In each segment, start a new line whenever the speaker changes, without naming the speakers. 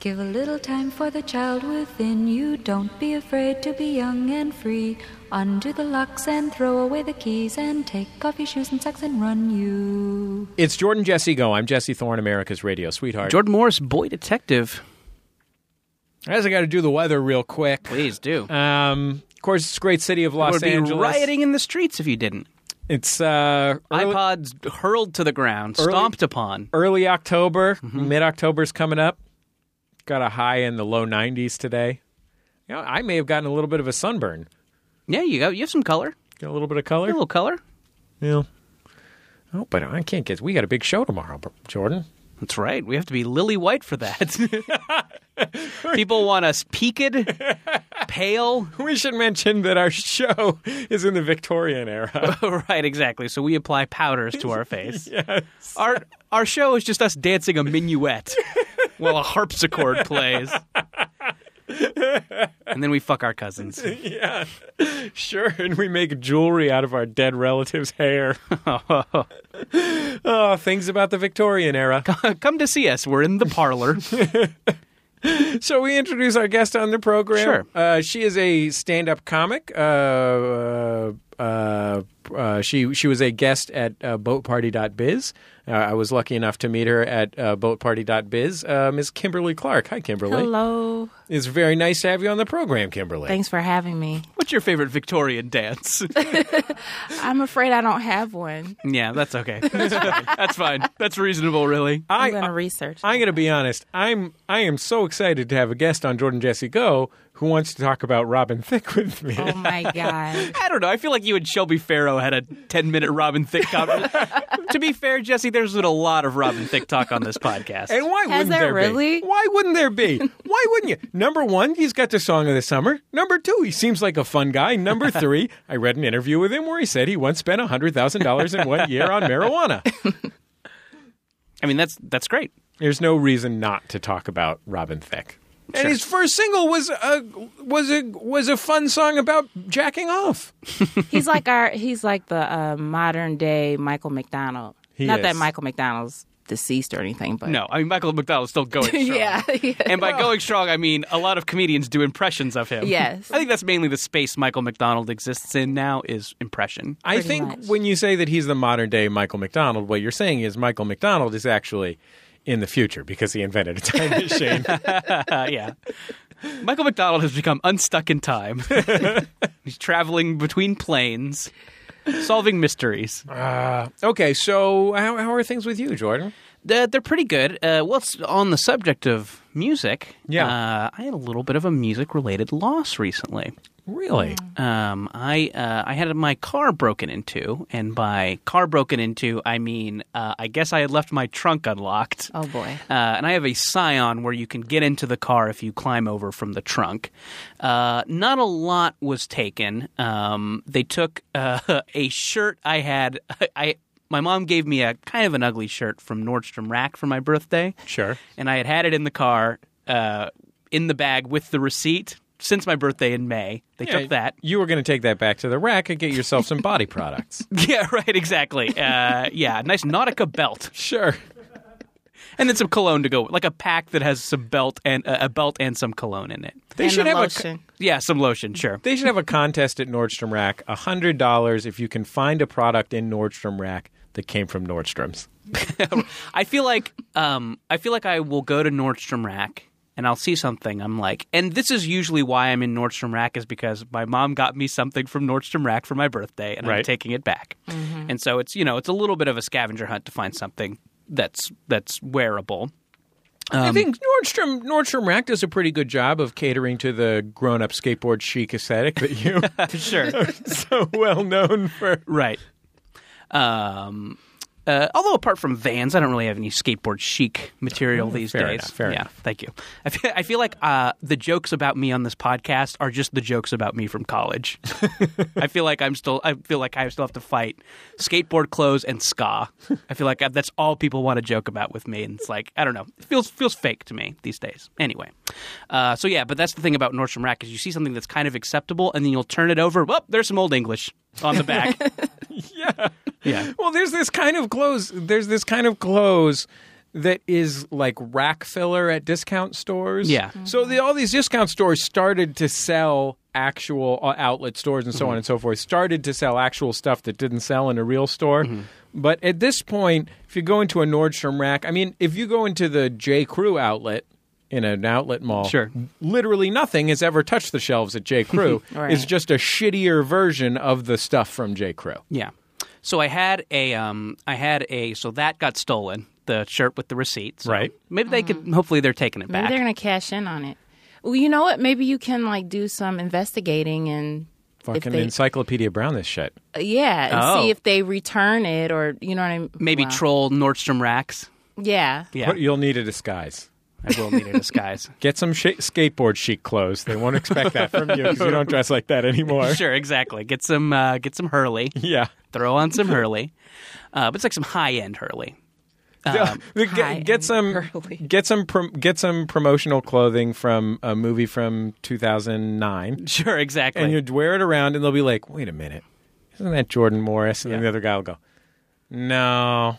Give a little time for the child within you. Don't be afraid to be young and free. Undo the locks and throw away the keys and take off your shoes and socks and run you.
It's Jordan Jesse Go. I'm Jesse Thorne, America's radio sweetheart.
Jordan Morris, boy detective.
I also got to do the weather real quick.
Please do.
Um, of course, it's great city of Los
would be
Angeles.
rioting in the streets if you didn't.
It's uh, early,
iPods hurled to the ground,
Early-
stomped upon.
early October. Mid October's coming up. Got a high in the low 90s today. You know, I may have gotten a little bit of a sunburn.
Yeah, you go. You have some color.
Got a little bit of color.
A little color.
Yeah. Oh, but I can't get. We got a big show tomorrow, Br- Jordan.
That's right. We have to be lily white for that. People want us peaked, pale.
We should mention that our show is in the Victorian era.
right, exactly. So we apply powders to our face. Our our show is just us dancing a minuet while a harpsichord plays. and then we fuck our cousins.
sure, and we make jewelry out of our dead relatives' hair. oh, things about the Victorian era.
Come to see us. We're in the parlor.
So we introduce our guest on the program.
Sure.
Uh, she is a stand-up comic. Uh, uh, uh, she she was a guest at uh, BoatParty.biz. Uh, I was lucky enough to meet her at uh, BoatParty.biz. Uh, Ms. Kimberly Clark. Hi, Kimberly.
Hello.
It's very nice to have you on the program, Kimberly.
Thanks for having me.
What's your favorite Victorian dance?
I'm afraid I don't have one.
yeah, that's okay. That's fine. That's, fine. that's reasonable, really.
I'm
I,
going to research.
I'm going to be honest. I'm I am so excited to have a guest on Jordan Jesse Go who wants to talk about Robin Thicke with me.
oh my god.
I don't know. I feel like you and Shelby Farrow had a 10 minute Robin Thicke conversation. to be fair, Jesse, there's been a lot of Robin Thicke talk on this podcast.
And why
Has
wouldn't
there
there
really?
be? Why wouldn't there be? why wouldn't you? Number one, he's got the song of the summer. Number two, he seems like a fun guy. Number three, I read an interview with him where he said he once spent hundred thousand dollars in one year on marijuana.
I mean, that's that's great.
There's no reason not to talk about Robin Thicke. And his first single was a was a was a fun song about jacking off.
He's like our he's like the uh, modern day Michael McDonald.
He
Not that
is.
Michael McDonald's deceased or anything, but
No, I mean, Michael McDonald's still going strong.
yeah. yeah.
And by going strong, I mean a lot of comedians do impressions of him.
Yes.
I think that's mainly the space Michael McDonald exists in now is impression.
I
Pretty
think
much.
when you say that he's the modern day Michael McDonald, what you're saying is Michael McDonald is actually in the future because he invented a time machine.
Uh, yeah. Michael McDonald has become unstuck in time. He's traveling between planes, solving mysteries.
Okay, so how, how are things with you, Jordan?
They're, they're pretty good. Uh, well, it's on the subject of music.
Yeah.
Uh, I had a little bit of a music related loss recently.
Really?
Um, I uh, I had my car broken into, and by car broken into, I mean uh, I guess I had left my trunk unlocked.
Oh boy.
Uh, and I have a Scion where you can get into the car if you climb over from the trunk. Uh, not a lot was taken. Um, they took uh, a shirt I had. I my mom gave me a kind of an ugly shirt from Nordstrom Rack for my birthday,
Sure.
and I had had it in the car uh, in the bag with the receipt since my birthday in May. They took that.
You were going to take that back to the rack and get yourself some body products.
Yeah, right. Exactly. Uh, yeah, nice Nautica belt.
Sure.
and then some cologne to go like a pack that has some belt and uh, a belt and some cologne in it
They
and
should
the
have a
lotion.
yeah some lotion sure
they should have a contest at Nordstrom Rack. A hundred dollars if you can find a product in Nordstrom Rack that came from Nordstrom's.
i feel like um i feel like i will go to nordstrom rack and i'll see something i'm like and this is usually why i'm in nordstrom rack is because my mom got me something from nordstrom rack for my birthday and i'm
Right.
taking it back and so it's you know it's a little bit of a scavenger hunt to find something that's that's wearable
Um,
I think Nordstrom Nordstrom Rack does a pretty good job of catering to the grown-up skateboard chic aesthetic that you
sure
so well known for.
Right. Um, uh, although apart from Vans, I don't really have any skateboard chic material these
fair
days.
enough, fair
yeah,
enough.
thank you. I feel, I feel like uh, the jokes about me on this podcast are just the jokes about me from college. I feel like I'm still. I feel like I still have to fight skateboard clothes and ska. I feel like that's all people want to joke about with me, and it's like I don't know. It feels feels fake to me these days. Anyway, uh, so yeah, but that's the thing about Nordstrom Rack is you see something that's kind of acceptable, and then you'll turn it over. Well, there's some old English on the back.
Yeah.
yeah.
Well, there's this kind of clothes. There's this kind of clothes that is like rack filler at discount stores.
Yeah.
So the, all these discount stores started to sell actual uh, outlet stores and so
Mm-hmm.
on and so forth started to sell actual stuff that didn't sell in a real store.
Mm-hmm.
But at this point, if you go into a Nordstrom rack, I mean, if you go into the J Crew outlet in an outlet mall,
Sure.
literally nothing has ever touched the shelves at J Crew.
Right.
It's just a shittier version of the stuff from J Crew.
Yeah. So I had a, um, I had a, so that got stolen. The shirt with the receipt. So
Right.
Maybe they could. Hopefully, they're taking it
Mm. Maybe
back.
they're gonna cash in on it. Well, you know what? Maybe you can like do some investigating and if
Fucking
they,
Encyclopedia Brown, this shit.
yeah, and
Oh.
see if they return it or you know what I mean.
Maybe
Wow.
troll Nordstrom racks.
Yeah.
Yeah.
You'll need a disguise.
I will need a disguise.
Get some sh- skateboard chic clothes. They won't expect that from you because you don't dress like that anymore.
sure, exactly. Get some, uh, get some Hurley.
Yeah.
Throw on some Hurley. Uh, but it's like some high end Hurley. Um,
The-
high
get, get
and
some
early.
get some prom- get some promotional clothing from a movie from 2009
Sure, exactly.
and you'd wear it around and they'll be like, "Wait a minute. Isn't that Jordan Morris?" And then
Yeah.
the other guy will go, "No.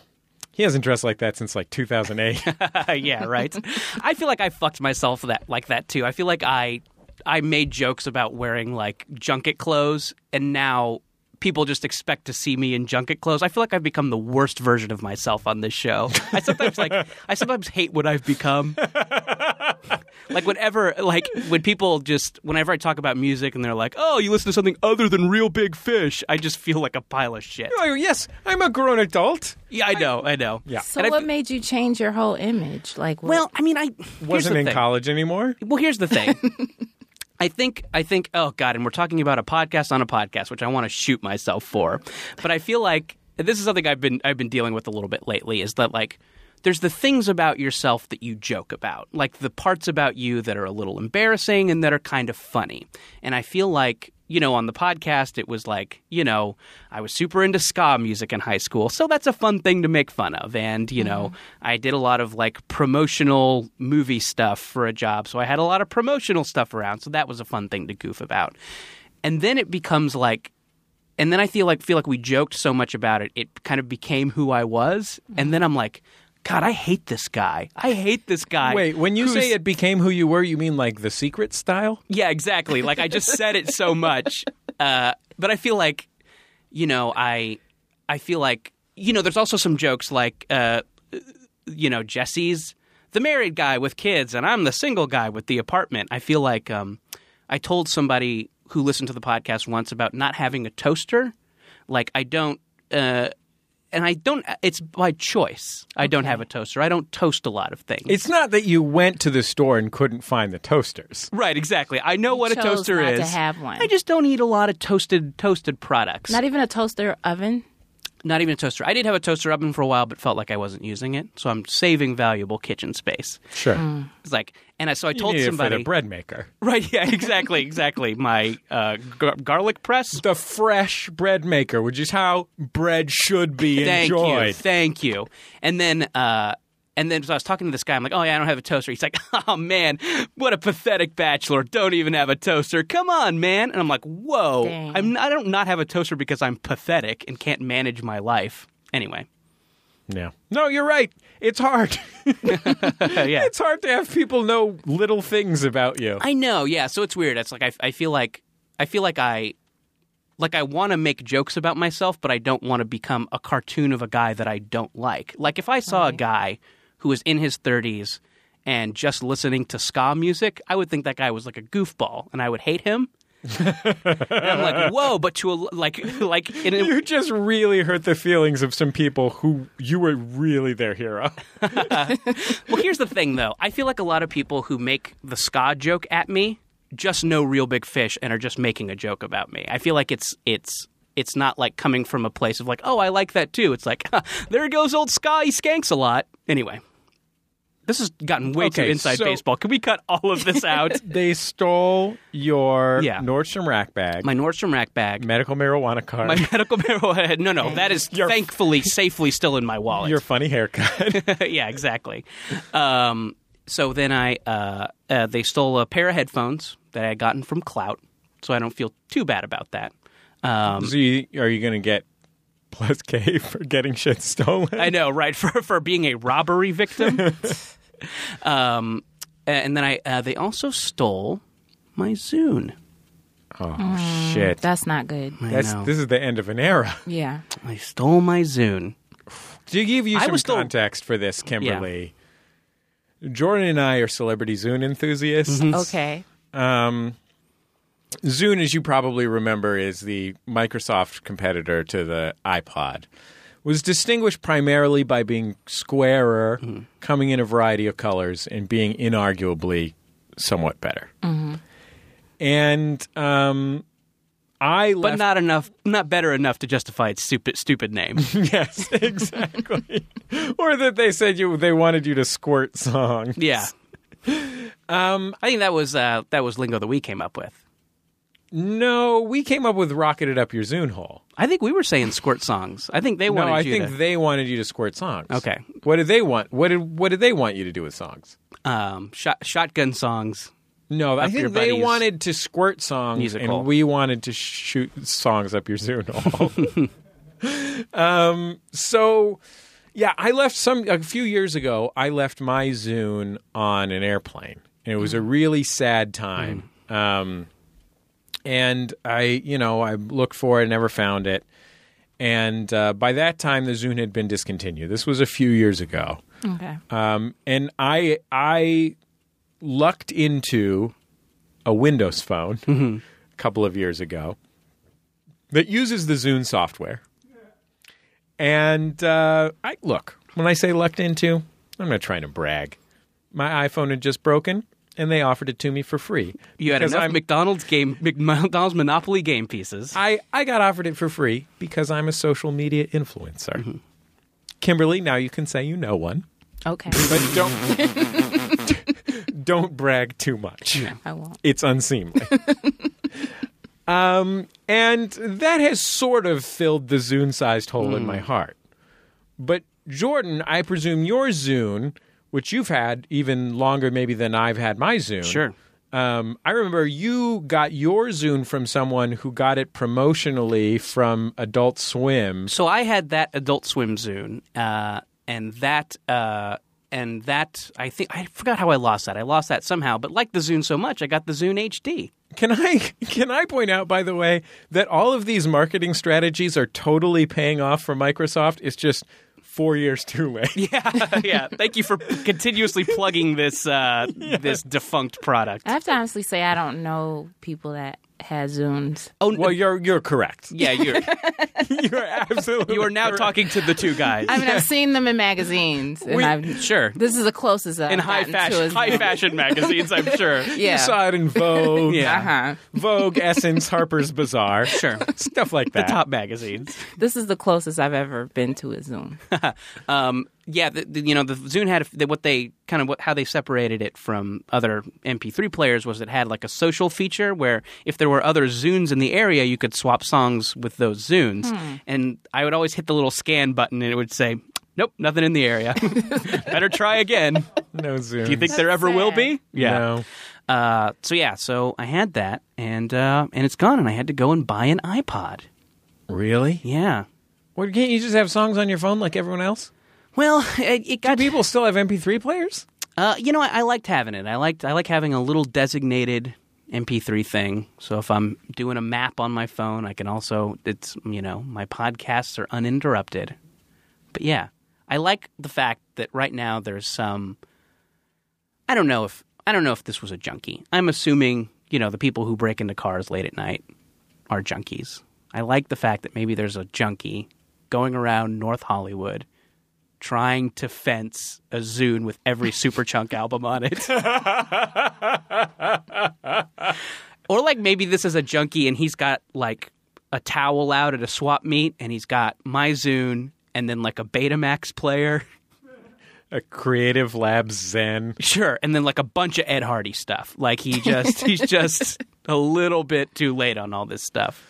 He hasn't dressed like that since like 2008."
Uh, yeah, right. I feel like I fucked myself that like that too. I feel like I I made jokes about wearing like junket clothes, and now people just expect to see me in junket clothes. I feel like I've become the worst version of myself on this show. I sometimes like I sometimes hate what I've become. like whenever like when people just whenever I talk about music and they're like, "Oh, you listen to something other than Real Big Fish," I just feel like a pile of shit.
oh, yes, I'm a grown adult.
Yeah, I know, I know.
Yeah.
So
And I
what
fe-
made you change your whole image? Like, what,
Well, I mean, I here's
Wasn't
the
in
thing.
college anymore.
Well, here's the thing. I think I think oh god, and we're talking about a podcast on a podcast, which I want to shoot myself for. But I feel like and this is something I've been I've been dealing with a little bit lately is that like there's the things about yourself that you joke about, like the parts about you that are a little embarrassing and that are kind of funny. And I feel like you know, on the podcast, it was like, you know, I was super into ska music in high school. So that's a fun thing to make fun of. And, you
Mm-hmm.
know, I did a lot of like promotional movie stuff for a job. So I had a lot of promotional stuff around. So that was a fun thing to goof about. And then it becomes like, and then I feel like feel like we joked so much about it, it kind of became who I was.
Mm-hmm.
And then I'm like, God, I hate this guy. I hate this guy.
Wait, when you
who's-
say it became who you were, you mean like the secret style?
yeah, exactly. Like I just said it so much, uh, but I feel like, you know, I, I feel like, you know, there's also some jokes like, uh, you know, Jesse's the married guy with kids, and I'm the single guy with the apartment. I feel like, um, I told somebody who listened to the podcast once about not having a toaster. Like I don't. Uh, and I don't. It's by choice. I don't have a toaster. I don't toast a lot of things.
It's not that you went to the store and couldn't find the toasters.
Right, exactly. I know what a
chose
toaster
not
is.
to have one.
I just don't eat a lot of toasted toasted products.
not e- even a toaster oven.
Not even a toaster. I did have a toaster oven for a while, but felt like I wasn't using it, so I'm saving valuable kitchen space.
Sure.
It's like, and I, so I
You
Hmm. told
need it for
somebody.
the bread maker.
Right? Yeah, exactly, exactly. My uh, gar- garlic press.
The fresh bread maker, which is how bread should be
Thank
enjoyed.
you, thank you. And then, uh, and then, so I was talking to this guy. I'm like, oh yeah, I don't have a toaster. He's like, oh man, what a pathetic bachelor. Don't even have a toaster. Come on, man. And I'm like, whoa,
Dang.
I'm I don't not have a toaster because I'm pathetic and can't manage my life. Anyway,
Yeah. No, you're right. It's hard.
yeah.
it's hard to have people know little things about you.
I know, yeah. So it's weird. It's like I, I feel like I feel like I like I want to make jokes about myself, but I don't want to become a cartoon of a guy that I don't like. Like if I saw a guy who was in his 30s and just listening to ska music, I would think that guy was like a goofball and I would hate him. and I'm like, "Whoa, but to a like like in a,
you just really hurt the feelings of some people who you were really their hero.
Well, here's the thing, though. I feel like a lot of people who make the ska joke at me just know real big fish and are just making a joke about me. I feel like it's it's it's not like coming from a place of like, oh, I like that too. It's like, there goes old ska. He skanks a lot. Anyway, this has gotten way
Okay,
too inside
so-
baseball. Can we cut all of this out?
They stole your
Yeah.
Nordstrom rack bag,
My Nordstrom rack bag.
medical marijuana card,
My medical marijuana. No, no, that is
Your-
thankfully safely still in my wallet.
your funny haircut.
yeah, exactly. Um, so then I uh, uh, they stole a pair of headphones that I had gotten from Clout, so I don't feel too bad about that. Um,
so you, are you going to get plus K for getting shit stolen.
I know, right? For for being a robbery victim. um, and then I uh, they also stole my Zune.
oh shit!
That's not good.
That's
Mm, know.
this is the end of an era.
Yeah.
They stole my Zune.
To give you
I
some
was still-
context for this, Kimberly, Jordan and I are celebrity Zune enthusiasts.
Mm-hmm.
Okay.
Um, Zune, as you probably remember, is the Microsoft competitor to the iPod. Was distinguished primarily by being squarer,
Mm-hmm.
coming in a variety of colors, and being inarguably somewhat better.
Mm-hmm.
And um, I
But
left.
not enough, not better enough to justify its stupid, stupid name.
yes, exactly. or that they said you they wanted you to squirt songs.
yeah. Um, I think that was uh, that was lingo that we came up with.
No, we came up with "rocketed up your Zune hole."
I think we were saying squirt songs. I think they wanted
no, I
you
think
to.
they wanted you to squirt songs.
Okay.
What did they want? What did what did they want you to do with songs?
um, shot, shotgun songs.
No, I
Up your
think they
buddies.
wanted to squirt songs,
Musical.
and we wanted to shoot songs up your Zoom hole. um, so, yeah, I left some a few years ago. I left my Zune on an airplane, and it was
Mm.
a really sad time. Um, and I, you know, I looked for it, never found it. And uh, by that time, the Zune had been discontinued. This was a few years ago
Okay.
um, and I I lucked into a Windows phone
Mm-hmm.
a couple of years ago that uses the Zune software. And uh, I look when I say lucked into, I'm not trying to brag. My iPhone had just broken, and they offered it to me for free.
You had
because
enough
I'm-
McDonald's game, McDonald's Monopoly game pieces.
I, I got offered it for free because I'm a social media influencer.
Mm-hmm.
Kimberly, now you can say you know one,
Okay.
but don't don't brag too much.
I won't.
it's unseemly. um, and that has sort of filled the Zune sized hole in my heart. But Jordan, I presume your Zune, which you've had even longer maybe than I've had my Zune.
Sure.
Um, I remember you got your Zune from someone who got it promotionally from Adult Swim.
So I had that Adult Swim Zune, uh, and that uh, and that I think I forgot how I lost that. I lost that somehow, but liked the Zune so much, I got the Zune HD.
Can I can I point out, by the way, that all of these marketing strategies are totally paying off for Microsoft? It's just four years too late.
Yeah, yeah. Thank you for continuously plugging this uh, this defunct product.
I have to honestly say I don't know people that had Zooms.
Oh,
Well, you're you're correct.
yeah. You're
You're absolutely.
you are now
correct.
talking to the two guys.
I mean, I've seen them in magazines, and
We-
I've
sure.
This is the closest I've
In high
gotten to
fashion,
is
high fashion magazines, I'm sure.
Yeah.
You saw it in Vogue,
Yeah.
Uh-huh.
Vogue, Essence, Harper's Bazaar,
Sure.
stuff like that.
Top magazines.
This is the closest I've ever been to a Zoom.
Um, yeah, the, the, you know, the Zune had the, what they kind of what, how they separated it from other MP3 players was it had like a social feature where if there were other Zunes in the area, you could swap songs with those Zunes. And I would always hit the little scan button, and it would say, "Nope, nothing in the area. Better try again."
No Zoom.
Do you think there
That's
ever will
sad.
be?
No.
Uh, so yeah, so I had that, and uh, and it's gone, and I had to go and buy an iPod.
Really?
Yeah.
Well, can't you just have songs on your phone like everyone else?
Well, it, it got
People still have MP3 players.
Uh, you know, I, I liked having it. I liked I like having a little designated MP3 thing. So if I'm doing a map on my phone, I can also it's you know my podcasts are uninterrupted. But yeah, I like the fact that right now there's some. I don't know if I don't know if this was a junkie. I'm assuming you know the people who break into cars late at night are junkies. I like the fact that maybe there's a junkie going around North Hollywood trying to fence a Zune with every Superchunk album on it. or like maybe this is a junkie and he's got like a towel out at a swap meet and he's got my Zune and then like a Betamax player.
A Creative Labs Zen.
Sure, and then like a bunch of Ed Hardy stuff. Like he just he's just a little bit too late on all this stuff.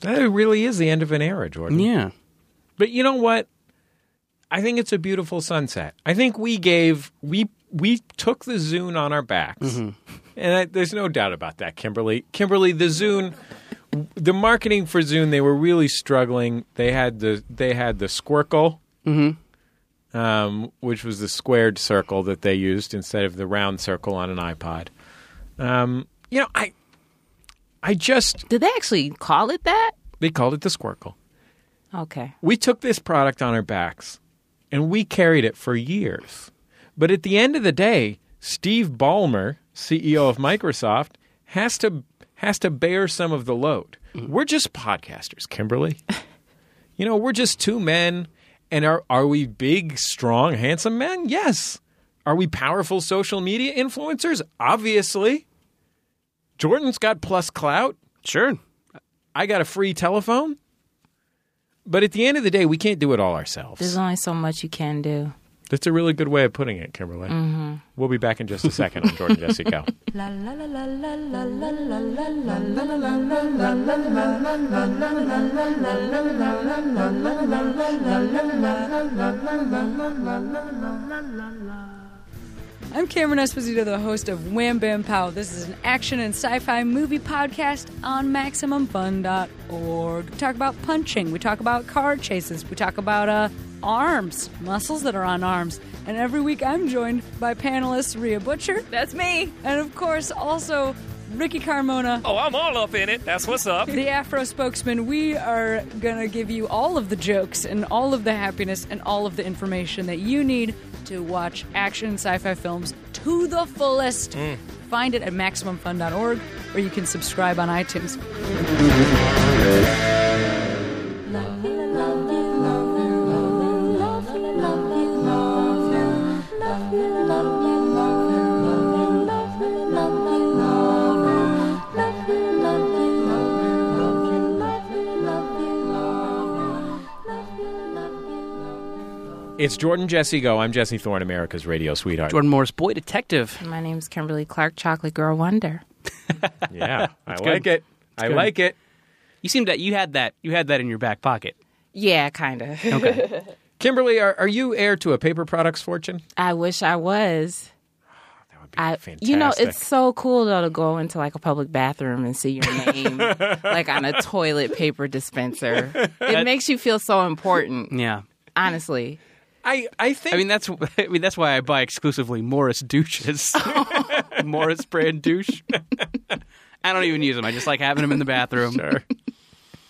That really is the end of an era, Jordan.
Yeah.
But you know what? I think it's a beautiful sunset. I think we gave we we took the Zune on our backs, and I, there's no doubt about that, Kimberly. Kimberly, the Zune the marketing for Zune, they were really struggling. They had the they had the Squircle, um, which was the squared circle that they used instead of the round circle on an iPod. Um, you know, I I just
Did they actually call it that?
they called it the Squircle.
Okay.
We took this product on our backs and we carried it for years. But at the end of the day, Steve Ballmer, CEO of Microsoft, has to has to bear some of the load. We're just podcasters, Kimberly. you know, we're just two men and are are we big, strong, handsome men? Yes. Are we powerful social media influencers? Obviously. Jordan's got plus clout.
Sure.
I got a free telephone. But at the end of the day, we can't do it all ourselves.
There's only so much you can do.
That's a really good way of putting it, Kimberly. We'll be back in just a second on Jordan Jesse Go.
La la la la la la la la la la.
I'm Cameron Esposito, the host of Wham Bam Pow. This is an action and sci-fi movie podcast on MaximumFun.org. We talk about punching, we talk about car chases, we talk about uh, arms, muscles that are on arms. And every week I'm joined by panelists Rhea Butcher
That's me.
and, of course, also Ricky Carmona.
Oh, I'm all up in it. That's what's up.
The Afro spokesman, we are going to give you all of the jokes and all of the happiness and all of the information that you need to watch action sci fi films to the fullest. Find it at MaximumFun.org or you can subscribe on iTunes.
it's Jordan Jesse Go. I'm Jesse Thorne, America's radio sweetheart.
Jordan Morris, boy detective.
My name's Kimberly Clark, Chocolate Girl Wonder.
Yeah, I
good.
like it. I
good.
like it.
You seemed that you had that you had that in your back pocket.
Yeah, kind of.
Okay.
Kimberly, are, are you heir to a paper products fortune?
I wish I was.
That would be
I,
fantastic.
you know, it's so cool though to go into like a public bathroom and see your name like on a toilet paper dispenser. It makes you feel so important,
yeah.
honestly.
I, I think.
I mean that's I mean that's why I buy exclusively Morris douches. Morris brand douche. I don't even use them. I just like having them in the bathroom.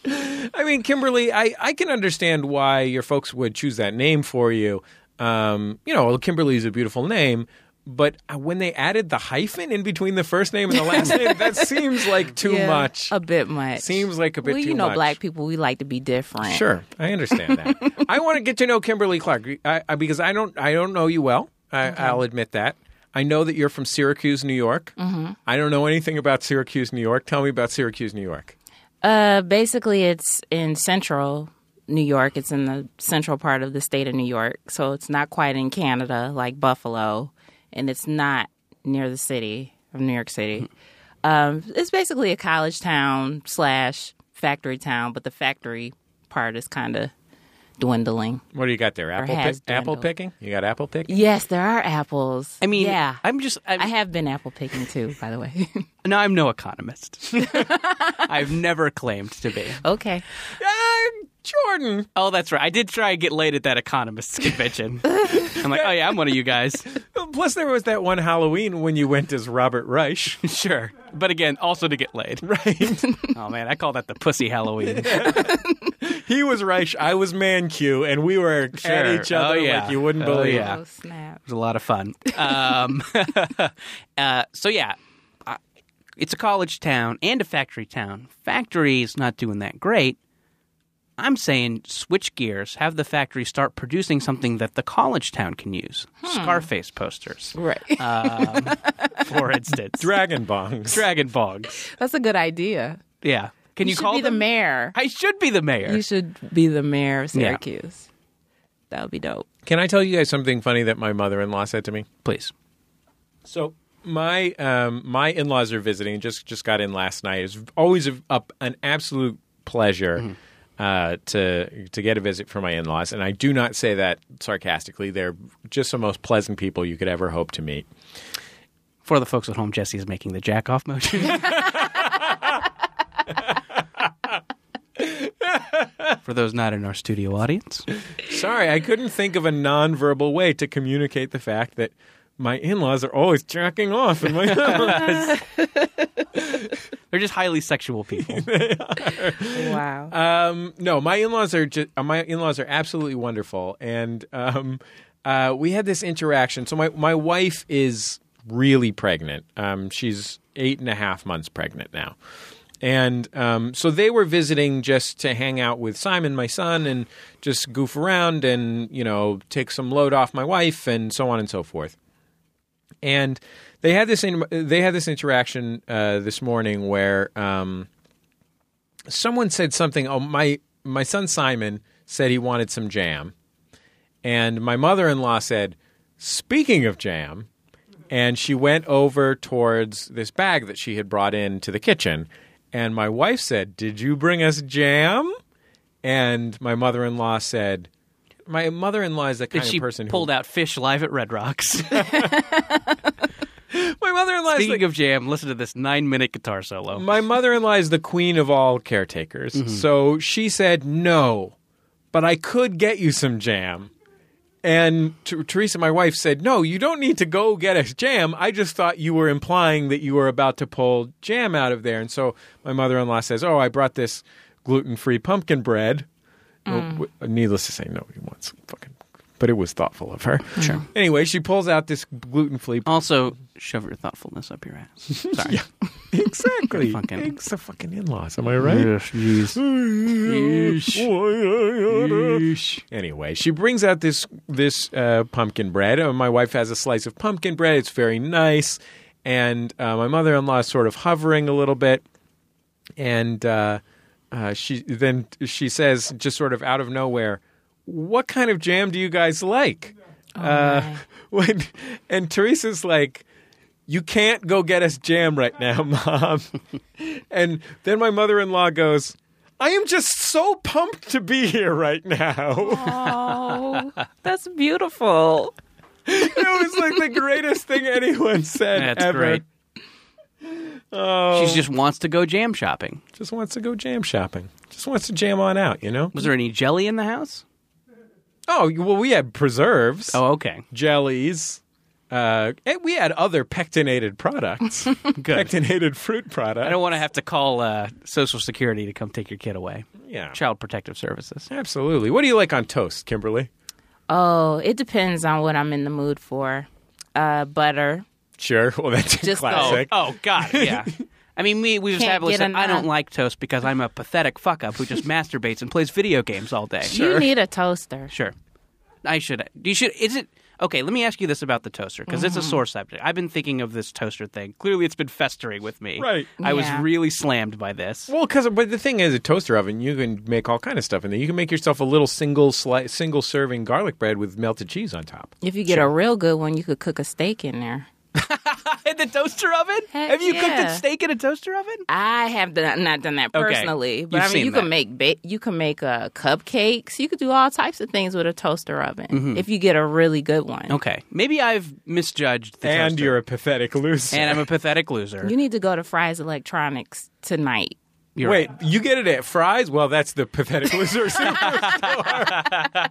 I mean, Kimberly, I, I can understand why your folks would choose that name for you. Um, you know, Kimberly is a beautiful name, but uh, when they added the hyphen in between the first name and the last name, that seems like too
Yeah,
much.
A bit much.
Seems like a bit
well,
too
you know,
much.
black people, we like to be different.
Sure, I understand that. I want to get to know Kimberly Clark I, I, because I don't I don't know you well. I, I'll admit that. I know that you're from Syracuse, New York. Mm-hmm. I don't know anything about Syracuse, New York. Tell me about Syracuse, New York.
Uh, basically, it's in central New York. It's in the central part of the state of New York. So it's not quite in Canada like Buffalo, and it's not near the city of New York City. Um, it's basically a college town slash factory town, but the factory part is kind of dwindling.
What do you got there? Apple
has
apple
dwindled.
picking? You got apple picking?
Yes, there are apples.
I mean,
yeah.
I'm just I'm,
I have been apple picking too, by the way.
no, I'm no economist. I've never claimed to be.
okay.
Ah, Jordan.
Oh, that's right. I did try and get laid at that economists convention. I'm like, oh yeah, I'm one of you guys.
Plus, there was that one Halloween when you went as Robert Reich.
Sure. But again, also to get laid.
Right.
Oh man, I call that the pussy Halloween.
he was Reich. I was Man Q, and we were at
Sure.
each other
Oh, yeah.
like you wouldn't
Oh,
believe.
yeah.
Oh, snap.
It was a lot of fun. Um, uh, so yeah, I- it's a college town and a factory town. Factory is not doing that great. I'm saying switch gears, have the factory start producing something that the college town can use.
Hmm.
Scarface posters,
Right.
for instance.
Dragon bongs.
Dragon bogs.
That's a good idea.
Yeah. Can you,
should
call
be
them?
the mayor.
I should be the mayor.
You should be the mayor of Syracuse. That would be dope.
Can I tell you guys something funny that my mother-in-law said to me?
Please.
So my um, my in laws are visiting. Just just got in last night. It's always a, a, an absolute pleasure uh, to to get a visit from my in laws, and I do not say that sarcastically. They're just the most pleasant people you could ever hope to meet.
For the folks at home, Jesse is making the jack off motion. for those not in our studio audience.
Sorry, I couldn't think of a nonverbal way to communicate the fact that my in-laws are always jacking off in my house.
They're just highly sexual people.
Wow.
Uh,
Um, no, my in-laws are just, uh, my in-laws are absolutely wonderful, and um, uh, we had this interaction. So my my wife is really pregnant. Um, she's eight and a half months pregnant now, and um, so they were visiting just to hang out with Simon, my son, and just goof around and you know take some load off my wife and so on and so forth and they had this in, they had this interaction uh, this morning where um, someone said something. Oh, my my son Simon said he wanted some jam, and my mother in law said, "Speaking of jam," and she went over towards this bag that she had brought in to the kitchen, and my wife said, "Did you bring us jam?" And my mother in law said. My mother-in-law is the kind
Did she
of person who
pulled out fish live at Red Rocks?
My mother-in-law is the
Speaking of jam, listen to this nine-minute guitar solo.
My mother in law is the queen of all caretakers. So she said, no, but I could get you some jam. And T- Teresa, my wife, said, no, you don't need to go get us jam. I just thought you were implying that you were about to pull jam out of there. And so my mother in law says, oh, I brought this gluten free pumpkin bread. Well, w- needless to say, nobody wants fucking. But it was thoughtful of her. Sure. Anyway, she pulls out this gluten free
Also, shove your thoughtfulness up your ass. Sorry.
Exactly.
Fucking-
It's the fucking in laws. Am I right? Anyway, she brings out this this uh, pumpkin bread. Uh, my wife has a slice of pumpkin bread. It's very nice, and uh, my mother in law is sort of hovering a little bit, and uh, uh, she then she says, just sort of out of nowhere, "What kind of jam do you guys like?" uh, when, and Teresa's like, you can't go get us jam right now, mom. and then my mother in law goes, I am just so pumped to be here right now.
oh, that's beautiful.
it was like the greatest thing anyone said
That's
ever.
great.
Oh,
She just wants to go jam shopping.
just wants to go jam shopping. Just wants to jam on out, you know?
Was there any jelly in the house?
Oh, well, we had preserves,
Oh, okay.
jellies. Uh, and we had other pectinated products, pectinated fruit products.
I don't want to have to call uh, Social Security to come take your kid away.
yeah,
Child Protective Services.
absolutely. What do you like on toast, Kimberly?
Oh, it depends on what I'm in the mood for. Uh, butter.
Sure. Well, that's a
Just
Oh,
classic.
oh God, yeah. I mean, we, we've
Can't
established
get
that I
enough.
don't like toast because I'm a pathetic fuck up who just masturbates and plays video games all day.
You need a toaster.
Sure. I should. You should. Is it okay? Let me ask you this about the toaster because it's
Mm-hmm.
a sore subject. I've been thinking of this toaster thing. Clearly, it's been festering with me.
Right.
I was
Yeah.
really slammed by this.
Well, because but the thing is, a toaster oven you can make all kind of stuff in there. You can make yourself a little single slice, single serving garlic bread with melted cheese on top.
If you get a real good one, you could cook a steak in there.
in the toaster oven?
Heck
Have you cooked a
yeah.
steak in a toaster oven?
I have done, not done that
Okay.
personally, but
You've
I mean,
seen
you
that.
can make ba- you can make uh, cupcakes. You could do all types of things with a toaster oven if you get a really good one.
Mm-hmm. Okay. Maybe I've misjudged the
and
toaster.
you're a pathetic loser.
and I'm a pathetic loser.
You need to go to Fry's Electronics tonight.
You're
Wait,
right.
you get it at Fry's? Well, that's the pathetic loser. superstore.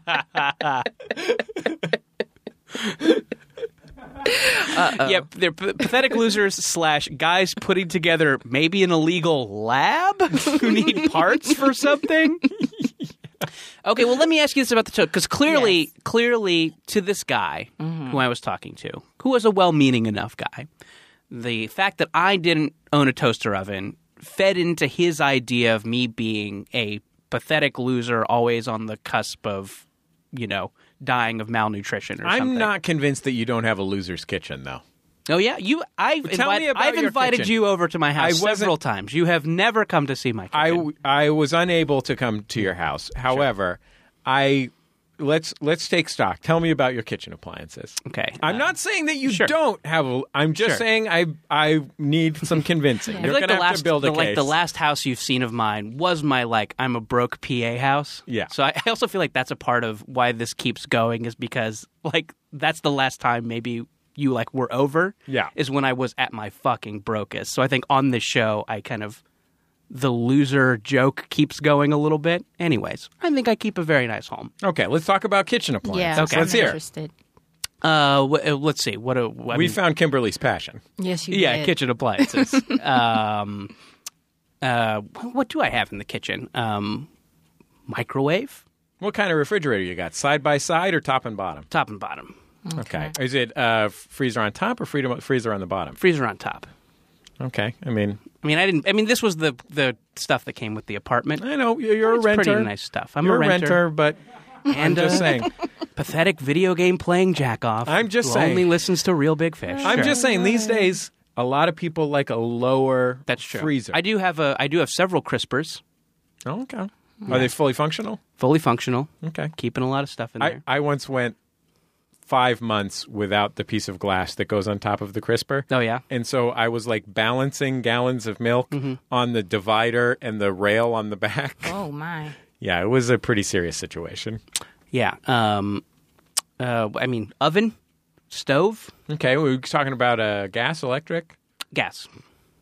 Yep, they're p- pathetic losers slash guys putting together maybe an illegal lab who need parts for something. Okay, well, let me ask you this about the toast because clearly,
Yes.
clearly, to this guy who I was talking to, who was a well-meaning enough guy, the fact that I didn't own a toaster oven fed into his idea of me being a pathetic loser, always on the cusp of, you know, dying of malnutrition or something.
I'm not convinced that you don't have a loser's kitchen, though.
Oh yeah, you. I've
tell
invited,
me about
I've
your
invited
kitchen.
you over to my
I
house
wasn't-
several times. You have never come to see my kitchen.
I, w- I was unable to come to your house. However, I let's let's take stock. Tell me about your kitchen appliances.
okay.
I'm
Uh,
not saying that you
sure.
don't have. A, I'm just
Sure.
saying I I need some convincing.
I
You're
feel like
gonna
the
have
last,
to build a
the, like
case.
the last house you've seen of mine was my like I'm a broke PA house.
Yeah.
So I, I also feel like that's a part of why this keeps going is because like that's the last time maybe you like were over.
Yeah.
Is when I was at my fucking brokest. So I think on this show I kind of the loser joke keeps going a little bit. Anyways, I think I keep a very nice home.
Okay, let's talk about kitchen appliances.
Yeah.
Okay.
I'm
let's hear.
interested.
Uh, w- uh, let's see. What do I
We
mean-
found Kimberly's passion.
Yes, you
yeah
did.
kitchen appliances. um, uh, what do I have in the kitchen? Um, microwave,
What kind of refrigerator you got? Side by side or top and bottom?
top and bottom.
Okay. Is it uh, freezer on top or freedom, freezer on the bottom?
Freezer on top.
Okay. I mean,
I mean, I didn't. I mean, this was the the stuff that came with the apartment.
I know you're, you're a
It's
renter.
pretty nice stuff. I'm
you're
a renter.
but I'm
And,
just
uh,
saying.
pathetic video game playing jack off.
I'm just
who
saying.
Only listens to real big fish.
I'm
Sure.
just saying. These days, a lot of people like a lower
That's true.
freezer.
I do have a. I do have several crispers,
Oh, okay. Are they fully functional?
fully functional,
Okay.
keeping a lot of stuff in
I,
there.
I once went five months without the piece of glass that goes on top of the crisper.
Oh, yeah?
And so I was like balancing gallons of milk
Mm-hmm.
on the divider and the rail on the back.
Oh my.
Yeah, it was a pretty serious situation.
Yeah. Um. Uh. I mean, oven, stove,
Okay, we were talking about uh, gas, electric.
gas.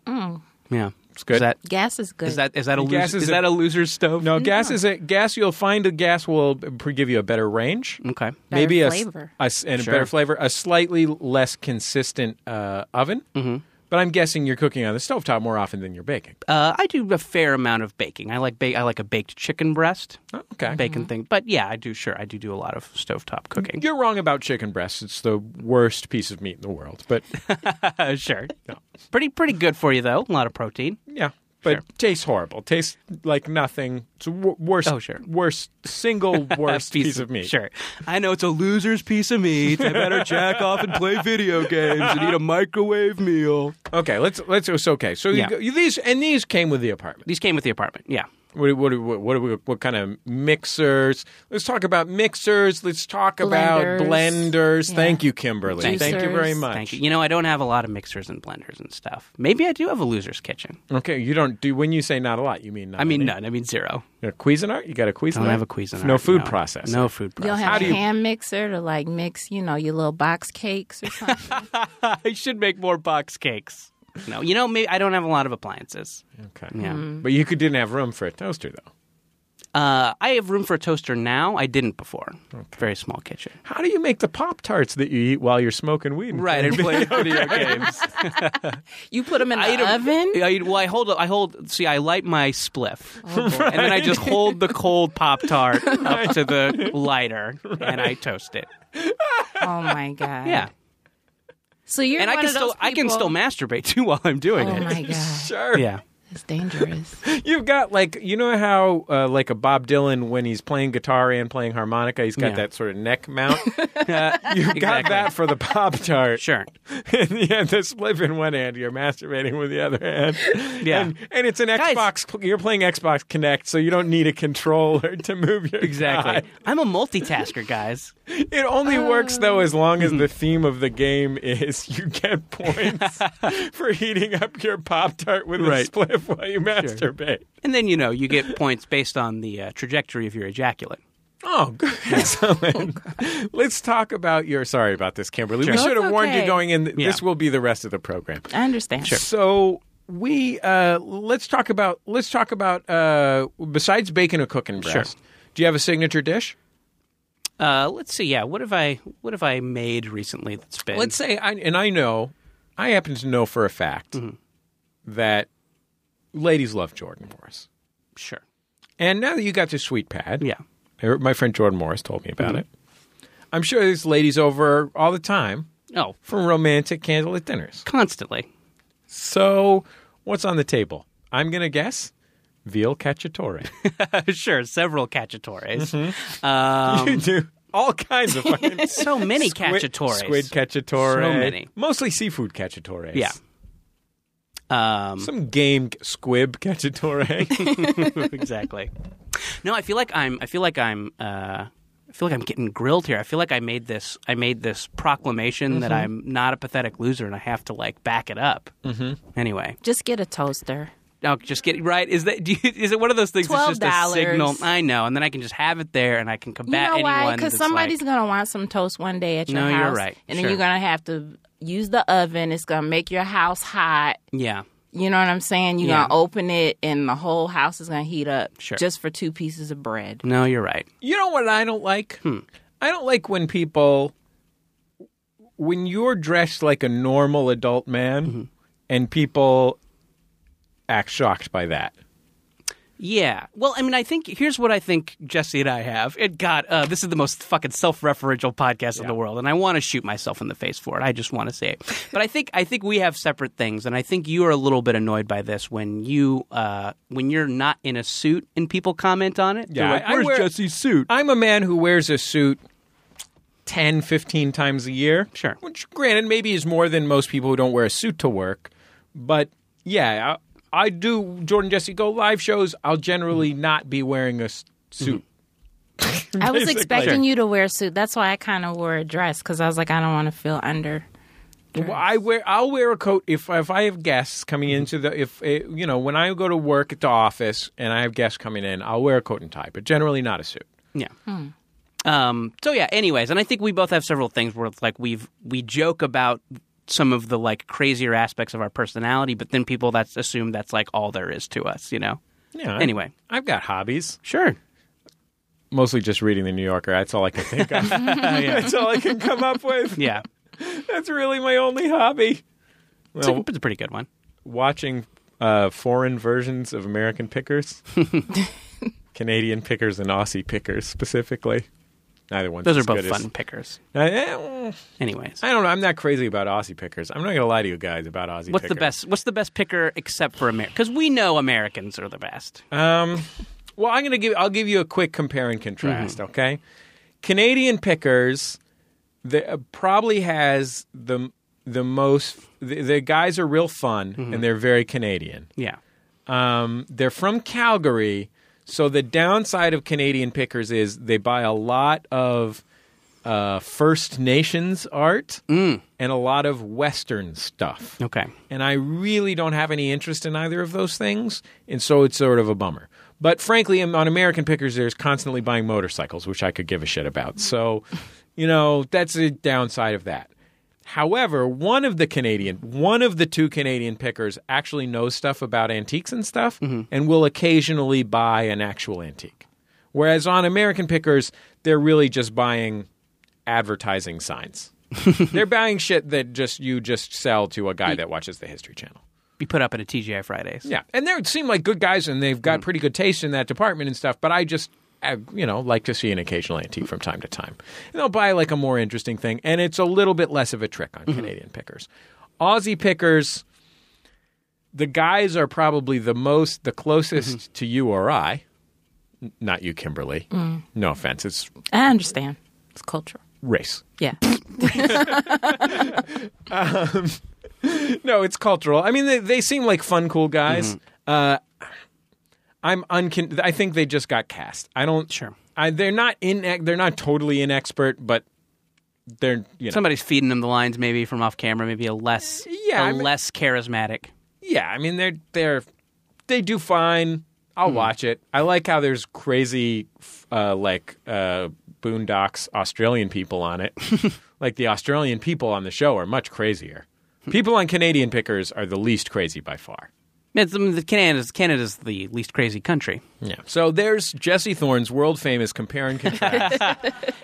Yeah. It's
Mm. good.
Is that
Gas is good.
is that is that a
Gas
loser,
is
is,
a-
that a loser's stove?
No, gas is a gas. You'll find a gas will pr- give you a better range,
Okay.
maybe a s-
flavor.
a s- and
Sure.
a better flavor, a slightly less consistent uh, oven. Mm-hmm. But I'm guessing you're cooking on the stovetop more often than you're baking.
Uh, I do a fair amount of baking. I like ba- I like a baked chicken breast,
Oh, okay,
bacon thing. But yeah, I do sure I do do a lot of stovetop cooking.
You're wrong about chicken breasts. It's the worst piece of meat in the world. But
Uh, sure. Pretty pretty good for you though. A lot of protein.
yeah, but
Sure.
tastes horrible. Tastes like nothing. It's the wor- worst.
Oh, sure.
Worst single worst piece, of meat.
Sure. I know it's a loser's piece of meat. I better jack off and play video games and eat a microwave meal.
Okay. Let's let's. It's okay. So you,
Yeah.
go- these and these came with the apartment.
These came with the apartment. Yeah.
What what what what, what, what kind of mixers? Let's talk about mixers. Let's talk about
Blenders.
blenders.
Yeah.
Thank you, Kimberly.
Thank
Thank you
you.
very much.
Thank you. You know, I don't have a lot of mixers and blenders and stuff. Maybe I do have a loser's kitchen.
Okay, you don't do when you say not a lot. You mean not
I mean,
any.
none. I mean, zero.
You got a Cuisinart. You got a Cuisinart.
I don't have a Cuisinart.
No food process.
No food process.
You don't have
How
a
do you-
hand mixer to like mix, you know, your little box cakes or something.
I should make more box cakes. No, you know, maybe I don't have a lot of appliances.
Okay.
Yeah.
Mm-hmm.
But you could, didn't have room for a toaster, though.
Uh, I have room for a toaster now. I didn't before. Very small kitchen.
How do you make the Pop Tarts that you eat while you're smoking weed?
Right, and play video games.
you put them in
I eat
the
'em-
oven.
I eat- well, I hold. I hold. See, I light my spliff,
Oh,
and then I just hold the cold pop tart up to the lighter, and I toast it.
Oh my god.
Yeah,
So you're
and I
one
can
of those
still I can
people-
still masturbate too while I'm doing
Oh
it.
my god,
Sure.
Yeah,
it's dangerous.
You've got like you know how uh, like a Bob Dylan when he's playing guitar and playing harmonica, he's got
Yeah.
that sort of neck mount.
Uh,
You've got
Exactly.
that for the Pop Tart.
sure.
and you have the spliff in one hand, you're masturbating with the other hand.
Yeah.
And, and it's an
Guys.
Xbox. You're playing Xbox Connect, so you don't need a controller to move your
Exactly. I'm a multitasker, guys.
It only works though as long as the theme of the game is you get points for heating up your pop tart with
Right.
a spliff while you masturbate.
And then you know you get points based on the uh, trajectory of your ejaculate.
Oh, good. Excellent. Let's talk about your. Sorry about this, Kimberly. We
Sure.
should have
That's
warned you
okay.
going in.
Yeah.
This will be the rest of the program.
I understand.
So we uh, let's talk about let's talk about uh, besides bacon and cooking breast. Do you have a signature dish?
Uh, let's see. Yeah, what have I what have I made recently that's been?
let's say I, and I know I happen to know for a fact
Mm-hmm.
that ladies love Jordan Morris.
sure.
And now that you got to Sweet Pad,
Yeah. Mm-hmm.
er, my friend Jordan Morris told me about it. I'm sure there's ladies over all the time
Oh,
for romantic candlelit dinners.
constantly.
So, what's on the table? I'm gonna guess veal cacciatore.
sure, several cacciatores.
you do all kinds of fucking
Um, So many cacciatores.
squid cacciatore,
So many.
mostly seafood cacciatores.
Yeah. Um,
some game squib cacciatore.
exactly. No, I feel like I'm. I feel like I'm. Uh, I feel like I'm getting grilled here. I feel like I made this. I made this proclamation that I'm not a pathetic loser, and I have to like back it up. Mm-hmm. Anyway,
Just get a toaster.
now just get right. Is that? Do you, is it one of those things? that's just a
$12.
signal. I know, and then I can just have it there, and I can
You
combat
know why?
anyone.
Because
that's
somebody's
like,
gonna want some toast one day at your
No,
house.
you're right.
And
Sure.
then you're gonna have to use the oven. It's gonna make your house hot.
yeah.
You know what I'm saying? You're
Yeah.
gonna open it, and the whole house is gonna heat up
Sure.
just for two pieces of bread.
No, you're right.
You know what I don't like?
Hmm.
I don't like when people, when you're dressed like a normal adult man,
Mm-hmm.
and people act shocked by that.
Yeah. Well, I mean, I think here's what I think Jesse and I have. It got uh, this is the most fucking self-referential podcast in the world, and I want to shoot myself in the face for it. I just want to say it. But I think I think we have separate things, and I think you are a little bit annoyed by this when you uh, when you're not in a suit and people comment on it. They're
Yeah,
like,
I- I
"Where's
wear-
Jesse's suit?"
I'm a man who wears a suit 10, 15 times a year.
Sure.
Which, granted, maybe is more than most people who don't wear a suit to work. But yeah, I, I do Jordan Jesse Go live shows. I'll generally
Mm-hmm.
not be wearing a s- suit.
I was
Basically.
expecting you to wear a suit. That's why I kind of wore a dress because I was like, I don't want to feel under.
Well, I wear I'll wear a coat if if I have guests coming into the if eh, you know when I go to work at the office and I have guests coming in I'll wear a coat and tie but generally not a suit.
Yeah. Um, so yeah. Anyways, and I think we both have several things where it's like we've we joke about some of the like crazier aspects of our personality, but then people that's assume that's like all there is to us, you know.
Yeah. I-
Anyway.
I've got hobbies.
Sure.
Mostly just reading the New Yorker. That's all I can think of. That's all I can come up with.
Yeah.
That's really my only hobby.
It's, a,
Well,
it's a pretty good one.
watching uh, foreign versions of American pickers, Canadian pickers, and Aussie pickers specifically. Neither one's
Those
as
are both
good
fun pickers.
As, I, eh, mm,
Anyways.
I don't know. I'm not crazy about Aussie pickers. I'm not going to lie to you guys about Aussie.
What's the
pickers.
best? What's the best picker except for America? Because we know Americans are the best.
Um, well, I'm going to give. I'll give you a quick compare and contrast.
Mm-hmm.
Okay, Canadian pickers, the, uh, probably has the the most. The, the guys are real fun
Mm-hmm.
and they're very Canadian.
Yeah.
Um, they're from Calgary, so the downside of Canadian pickers is they buy a lot of uh, First Nations art
Mm.
and a lot of Western stuff.
Okay.
And I really don't have any interest in either of those things, and so it's sort of a bummer. But frankly, I'm- on American pickers, there's constantly buying motorcycles, which I could give a shit about. So, you know, that's the downside of that. However, one of the Canadian, one of the two Canadian pickers actually knows stuff about antiques and stuff and will occasionally buy an actual antique. Whereas on American pickers, they're really just buying advertising signs. they're buying shit that just you just sell to a guy that watches the History Channel.
Be put up at a TGI Fridays.
Yeah, and they seem like good guys, and they've got pretty good taste in that department and stuff. But I just, I, you know, like to see an occasional antique from time to time. And they'll buy like a more interesting thing, and it's a little bit less of a trick on Canadian pickers. Aussie pickers, the guys are probably the most, the closest to you or I. N- Not you, Kimberly. No offense, it's
I understand. It's cultural.
race.
Yeah.
No, it's cultural. I mean, they, they seem like fun, cool guys. Uh, I'm uncon. I think they just got cast. I don't.
Sure.
I, they're not in. They're not totally inexpert, but they're you know.
Somebody's feeding them the lines, maybe from off camera, maybe a less,
Yeah,
a
I mean-
less charismatic.
yeah, I mean, they're they're they do fine. I'll watch it. I like how there's crazy f- uh, like uh, boondocks Australian people on it. like the Australian people on the show are much crazier. People on Canadian pickers are the least crazy by far.
It's, I mean, the Canada's Canada's the least crazy country.
Yeah. So there's Jesse Thorne's world famous compare and contrast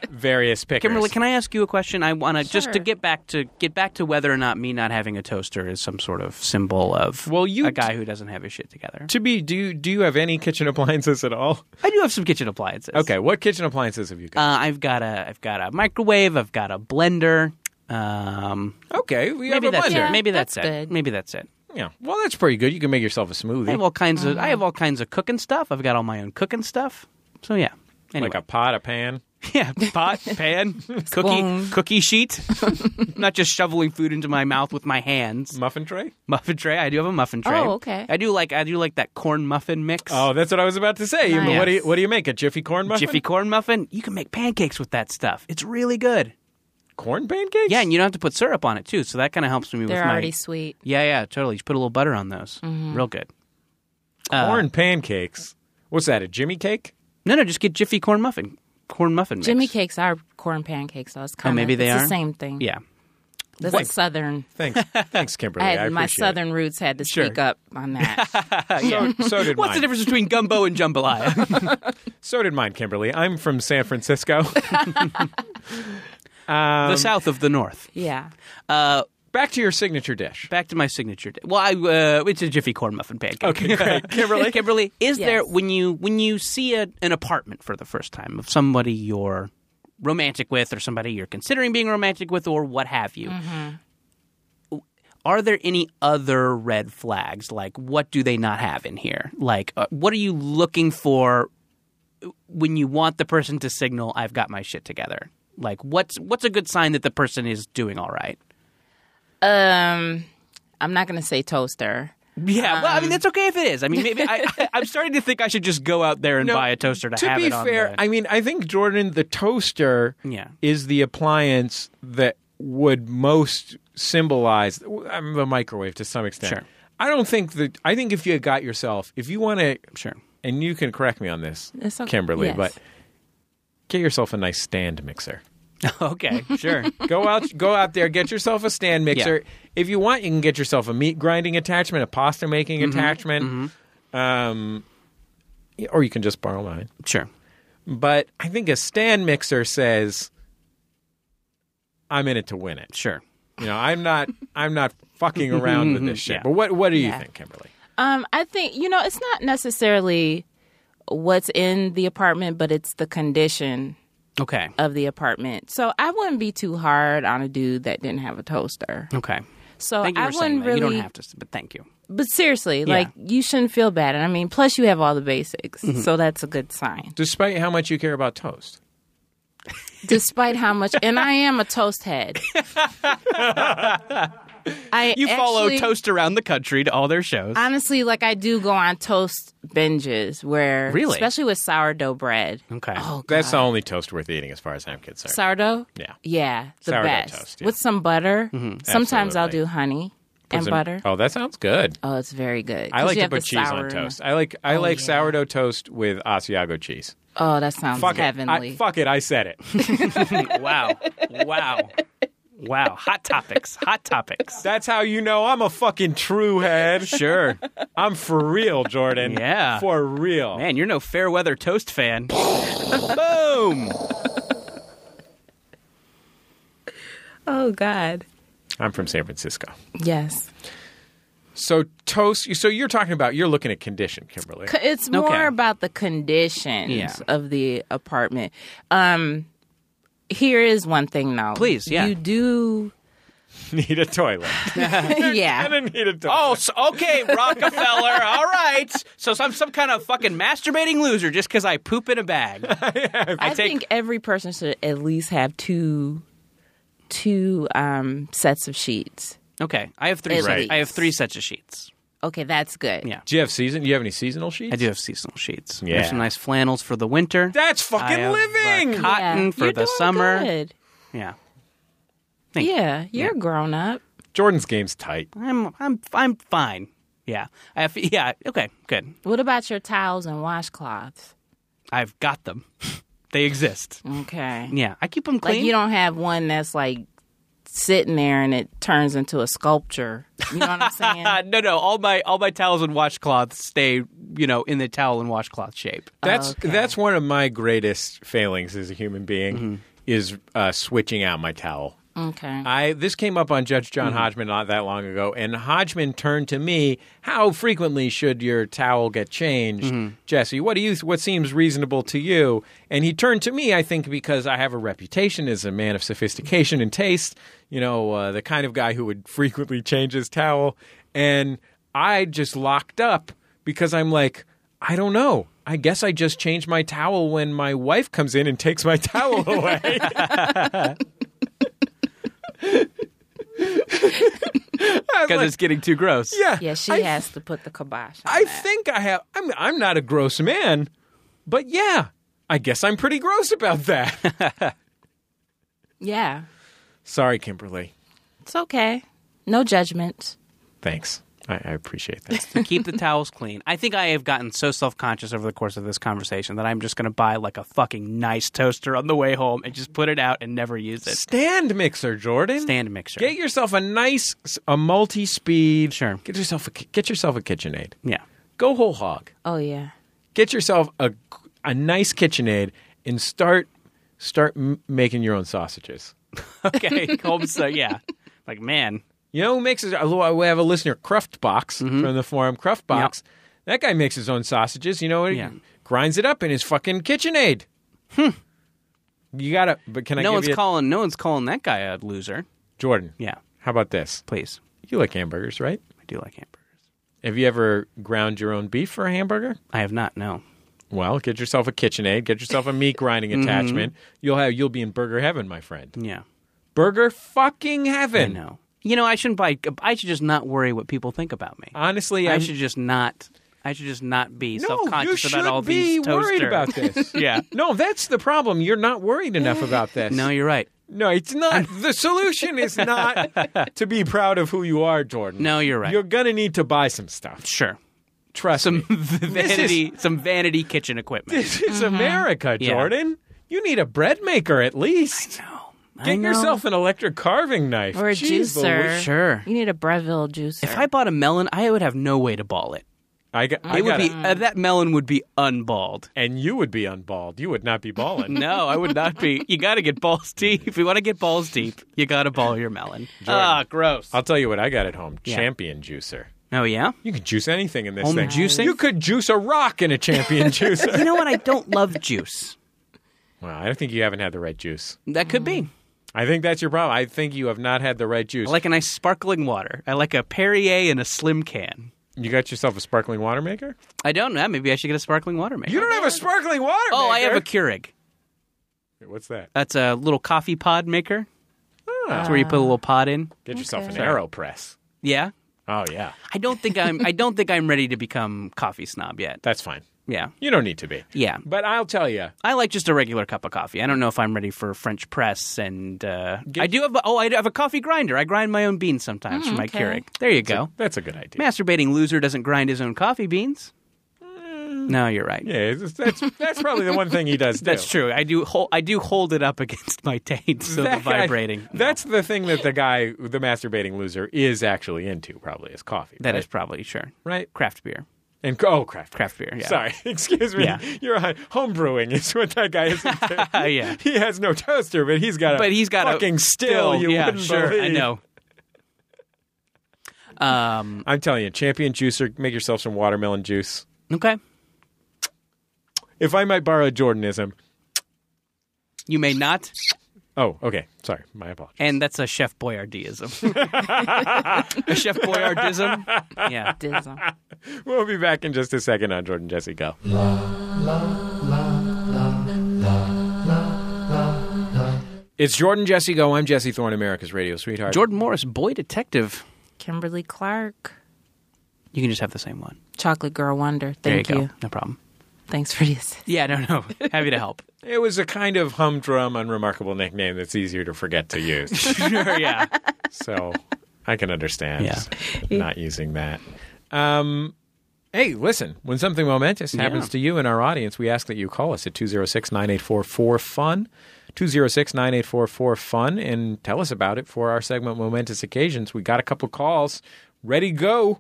various pickers.
Kimberly, can I ask you a question? I want to just to
Sure.
get back to get back to whether or not me not having a toaster is some sort of symbol of
Well, you
a guy who doesn't have his shit together.
to be do you, do you have any kitchen appliances at all?
I do have some kitchen appliances.
Okay, what kitchen appliances have you got?
uh, I've got a I've got a microwave. I've got a blender. Um,
okay, we
maybe
have a
that's
blender.
Yeah,
it. Maybe that's,
that's
it.
good.
Maybe that's it.
Yeah. Well, that's pretty good. You can make yourself a smoothie.
I have all kinds of I
Uh-huh.
have all kinds of cooking stuff. I've got all my own cooking stuff. So yeah. Anyway.
Like a pot, a pan.
Yeah, pot, pan, cookie,
Spoon.
cookie sheet. Not just shoveling food into my mouth with my hands.
Muffin tray?
Muffin tray. I do have a muffin tray.
Oh, okay.
I do like I do like that corn muffin mix.
Oh, that's what I was about to say. You-
Nice.
What do you what do you make? A jiffy corn muffin?
Jiffy corn muffin. You can make pancakes with that stuff. It's really good.
corn pancakes?
Yeah, and you don't have to put syrup on it too, so that kind of helps me with
They're
my.
already Mm-hmm. sweet.
Yeah, yeah, totally. You should put a little butter on those. Real good. Uh,
corn pancakes. What's that? A Jimmy cake?
No, no, just get Jiffy corn muffin. Corn muffin mix.
Jimmy cakes are corn pancakes, so it's kind of
maybe they
it's
are?
the same thing.
Yeah.
That's
Thanks.
a southern.
Thanks, thanks, Kimberly.
I
I,
had, my
appreciate
southern roots had to
Sure.
speak up on that.
It. So, so did
What's
mine.
the difference between gumbo and jambalaya?
So did mine, Kimberly. I'm from San Francisco. Um,
the south of the north.
yeah.
Uh,
Back to your signature dish.
back to my signature. di- Well, I, uh, it's a jiffy corn muffin pancake.
Okay, great. Kimberly?
Kimberly, is
Yes.
there when you when you see a, an apartment for the first time of somebody you're romantic with, or somebody you're considering being romantic with, or what have you? Are there any other red flags? Like, what do they not have in here? Like, uh, what are you looking for when you want the person to signal, "I've got my shit together"? Like, what's what's a good sign that the person is doing all right?
Um, I'm not going to say toaster.
Yeah, well, I
Um,
mean, that's okay if it is. I mean, maybe I, I, I'm starting to think I should just go out there and
No,
buy a toaster to,
to
have
be
it on
fair,
the-
I mean, I think Jordan the toaster
Yeah.
is the appliance that would most symbolize I'm the microwave to some extent.
Sure.
I don't think that I think if you got yourself, if you want to
sure.
and you can correct me on this,
It's okay.
Kimberly,
Yes.
but get yourself a nice stand mixer.
okay, sure.
Go out, go out there, get yourself a stand mixer. If you want, you can get yourself a meat grinding attachment, a pasta making attachment, Um, or you can just borrow mine.
Sure.
But I think a stand mixer says, "I'm in it to win it."
Sure.
You know, I'm not, I'm not fucking around with this shit.
Yeah.
But what, what do you
Yeah.
think, Kimberly?
Um, I think you know it's not necessarily what's in the apartment, but it's the condition
Okay.
of the apartment. So I wouldn't be too hard on a dude that didn't have a toaster.
Okay.
So
Thank you
I
for saying
wouldn't
that.
really.
You don't have to, s- but thank you.
But seriously, like you shouldn't feel bad. And I mean, plus you have all the basics,
Mm-hmm.
so that's a good sign.
Despite how much you care about toast,
Despite how much, and I am a toast head. I
You follow
actually-
Toast around the country to all their shows.
Honestly, like I do go on toast binges where,
Really?
especially with sourdough bread.
okay.
Oh, God.
that's the only toast worth eating, as far as I'm concerned.
sourdough.
Yeah.
Yeah, the
Sourdough
best
toast, yeah.
with some butter.
Mm-hmm.
Sometimes I'll
Absolutely.
do honey
Put
and
some-
butter.
Oh, that sounds good.
Oh, it's very good.
I
'Cause
like
you
to
have the
put cheese
sour
on
Oh, in it.
toast. I like I like sourdough toast with Asiago cheese.
Oh, that sounds
Fuck
heavenly.
it. I, fuck it. I said it.
wow. Wow. Wow. Hot topics. Hot topics.
That's how you know I'm a fucking true head.
Sure.
I'm for real, Jordan.
Yeah.
For real.
Man, you're no fair weather toast fan. Boom.
oh God.
I'm from San Francisco.
Yes,
So toast so you're talking about you're looking at condition, Kimberly.
C- it's more
Okay.
about the conditions
Yeah.
of the apartment. Um, here is one thing though.
Please, yeah.
You do.
need a toilet. I
yeah.
didn't need a toilet.
Oh, so, okay, Rockefeller. All right. So I'm some kind of fucking masturbating loser just because I poop in a bag.
I,
take-
think every person should at least have two, two um, sets of sheets.
Okay, I have three.
At
sets-
least.
I have three sets of sheets.
Okay, that's good.
Yeah.
Do you have season do you have any seasonal sheets?
I do have seasonal sheets.
Yeah.
There's some nice flannels for the winter.
That's
I
fucking
have, uh,
living.
cotton
Yeah.
for
You're
the
doing
summer.
good.
Yeah,
Yeah, you're grown up.
Jordan's game's tight.
I'm I'm I'm fine. Yeah, I have. Yeah, okay, good.
What about your towels and washcloths?
I've got them. they exist.
Okay.
Yeah, I keep them clean.
Like you don't have one that's like sitting there and it turns into a sculpture. You know what I'm saying?
uh, no, no. All my all my towels and washcloths stay, you know, in the towel and washcloth shape.
That's that's one of my greatest failings as a human being
Mm-hmm.
is uh, switching out my towel.
okay.
I this came up on Judge
Mm-hmm.
John Hodgman not that long ago, and Hodgman turned to me, "How frequently should your towel get changed,
Mm-hmm.
Jesse? What do you? What seems reasonable to you?" And he turned to me, I think, because I have a reputation as a man of sophistication and taste. You know, uh, the kind of guy who would frequently change his towel, and I just locked up because I'm like, I don't know. I guess I just change my towel when my wife comes in and takes my towel away.
Because it's getting too gross.
yeah,
yeah, she
I
has to put the kibosh on
I
that.
think I have. I'm, I'm not a gross man, but yeah, I guess I'm pretty gross about that.
yeah.
Sorry, Kimberly.
It's okay. No judgment.
Thanks. I, I appreciate that.
to keep the towels clean. I think I have gotten so self conscious over the course of this conversation that I'm just going to buy like a fucking nice toaster on the way home and just put it out and never use it.
Stand mixer, Jordan.
Stand mixer.
Get yourself a nice, a multi-speed.
Sure.
Get yourself a get yourself a KitchenAid.
yeah.
Go whole hog.
Oh yeah.
Get yourself a a nice KitchenAid and start start m- making your own sausages.
Okay. home, so yeah. Like, man.
You know who makes his? although We have a listener, Cruft Box
Mm-hmm.
from the forum. Cruft Box. That guy makes his own sausages. You know, he
Yeah.
grinds it up in his fucking KitchenAid. Hmm. You gotta. But can I?
no
give
one's
you a-
calling no one's calling that guy a loser.
Jordan.
Yeah.
How about this?
Please.
You like hamburgers, right?
I do like hamburgers.
Have you ever ground your own beef for a hamburger?
I have not, no.
Well, get yourself a KitchenAid, get yourself a meat grinding
Mm-hmm.
attachment. You'll have you'll be in burger heaven, my friend.
Yeah.
Burger fucking
I
heaven.
know. You know, I shouldn't buy I should just not worry what people think about me.
Honestly,
I
I'm-
should just not I should just not be
Uh, No,
self
you
conscious
should
about all
be
these toaster.
worried about this.
yeah.
No, that's the problem. You're not worried enough about this.
No, you're right.
No, it's not. The solution is not to be proud of who you are, Jordan.
No, you're right.
You're gonna need to buy some stuff.
Sure.
Trust
Some
me.
vanity some vanity kitchen equipment.
This is America,
Mm-hmm. Yeah.
Jordan. You need a bread maker at least.
No.
Get yourself an electric carving knife
Or a
Jeez
juicer.
Louise.
Sure.
You need a Breville juicer.
If I bought a melon, I would have no way to ball it.
I, got, I
It would
gotta-
be uh, that melon would be unballed.
and you would be unballed. You would not be balling.
No, I would not be. You got to get balls deep. If you want to get balls deep, you got to ball your melon. Ah, gross.
I'll tell you what I got at home:
Yeah.
champion juicer.
oh yeah.
You could juice anything in this
Home
thing.
juicing?
You could juice a rock in a champion
You
juicer.
know what? I don't love juice.
Well, I don't think you haven't had the right juice.
That could be.
I think that's your problem. I think you have not had the right juice.
I like a nice sparkling water. I like a Perrier in a slim can.
you got yourself a sparkling water maker.
I don't know. Maybe I should get a sparkling water maker.
You don't have a sparkling water.
oh, I
maker.
have a Keurig.
What's that?
That's a little coffee pod maker.
Ah,
That's where you put a little pod in.
get yourself an
okay.
Aeropress.
Yeah.
Oh yeah,
I don't think I'm. I don't think I'm ready to become coffee snob yet.
that's fine.
Yeah.
You don't need to be.
Yeah.
But I'll tell you,
I like just a regular cup of coffee. I don't know if I'm ready for French press, and uh, I do have. Oh, I do have a coffee grinder. I grind my own beans sometimes for my
okay.
Keurig. There you go.
that's a good idea.
Masturbating loser doesn't grind his own coffee beans. No, you're right.
Mm. Yeah, it's- that's that's probably the one thing he does. Do.
That's true. I do. Hold, I do hold it up against my taint, so the
That guy-
vibrating.
that's the thing that the guy, the masturbating loser, is actually into. Probably is coffee.
that
right?
is probably sure.
right.
Craft beer.
And oh, craft
Craft beer, yeah.
Sorry, excuse me.
Yeah.
You're on, home brewing is what that guy is. into.
Uh, Yeah.
he has no toaster, but he's got. A
but he's got
fucking
a
still. You
yeah,
wouldn't
sure. I
believe.
know. Um.
I'm telling you, champion juicer. Make yourself some watermelon juice.
Okay.
If I might borrow a Jordanism.
You may not.
Oh, okay. Sorry, my apologies.
And that's a Chef Boyardism. a Chef Boyardism. Yeah.
Dism.
We'll be back in just a second on Jordan Jesse Go. It's Jordan Jesse Go. I'm Jesse Thorne, America's radio sweetheart.
Jordan Morris, boy detective.
Kimberly Clark.
You can just have the same one.
Chocolate Girl Wonder.
There
Thank
you
you.
go. No problem.
Thanks for this.
Yeah, no, no. Happy to help.
It was a kind of humdrum, unremarkable nickname that's easier to forget to use.
sure, yeah.
so I can understand
Yeah.
not using that. Um, hey, listen, when something momentous happens to you in our audience, we ask that you call us at 206 984 4FUN. 206 984 fun and tell us about it for our segment Momentous Occasions. We got a couple calls. Ready, go.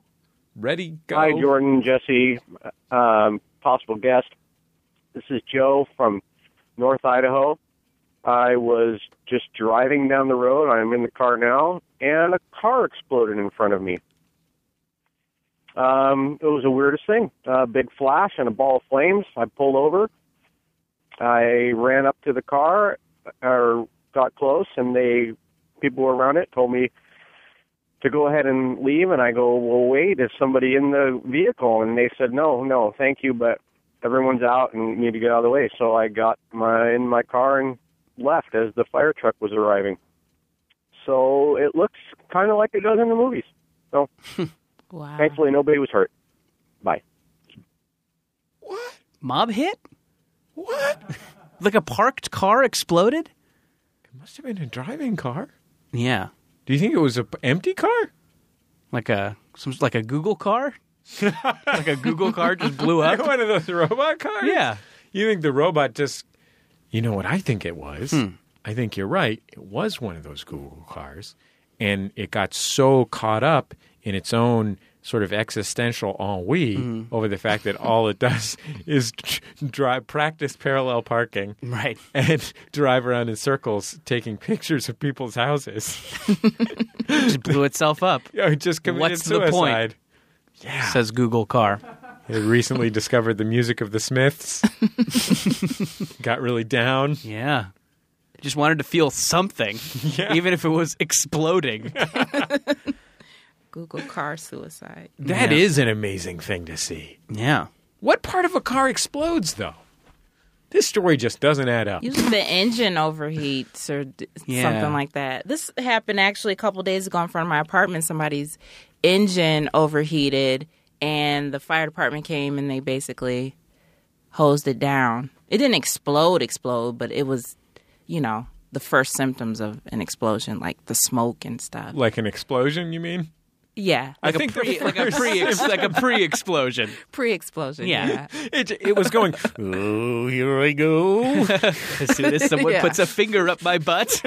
Ready, go.
Hi, Jordan, Jesse, um, possible guest. This is Joe from North Idaho. I was just driving down the road. I'm in the car now, and a car exploded in front of me. Um, it was the weirdest thing. A big flash and a ball of flames. I pulled over. I ran up to the car, or got close, and they people around it told me to go ahead and leave and I go, Well wait, is somebody in the vehicle? And they said, No, no, thank you, but everyone's out and you need to get out of the way. So I got my in my car and left as the fire truck was arriving. So it looks kinda like it does in the movies. So
Wow.
thankfully nobody was hurt. Bye.
Mob hit? What? Like a parked car exploded?
It must have been a driving car.
Yeah.
Do you think it was an empty car?
Like a some like a Google car, like a Google car just blew up.
One of those robot cars?
Yeah.
You think the robot just. You know what I think it was?
Hmm.
I think you're right. It was one of those Google cars. And it got so caught up in its own sort of existential ennui
Hmm.
over the fact that all it does is tr- drive, practice parallel parking
Right.
and drive around in circles taking pictures of people's houses.
Just blew itself up.
You know, it just committed
What's the
suicide.
point? Says Google car.
They recently discovered the music of the Smiths. Got really down.
Yeah. Just wanted to feel something, even if it was exploding.
Google car suicide.
That is
Yeah.
an amazing thing to see.
yeah.
What part of a car explodes, though? This story just doesn't add up.
Usually the engine overheats or d-
Yeah.
something like that. This happened actually a couple days ago in front of my apartment. Somebody's engine overheated, and the fire department came and they basically hosed it down. It didn't explode, explode, but it was, you know, the first symptoms of an explosion, like the smoke and stuff.
Like an explosion, you mean?
Yeah,
I think
Pre,
the
like a pre like a pre explosion.
pre-explosion.
Yeah.
Yeah.
it, it was going, oh, here I go.
As soon as someone
Yeah.
puts a finger up my butt.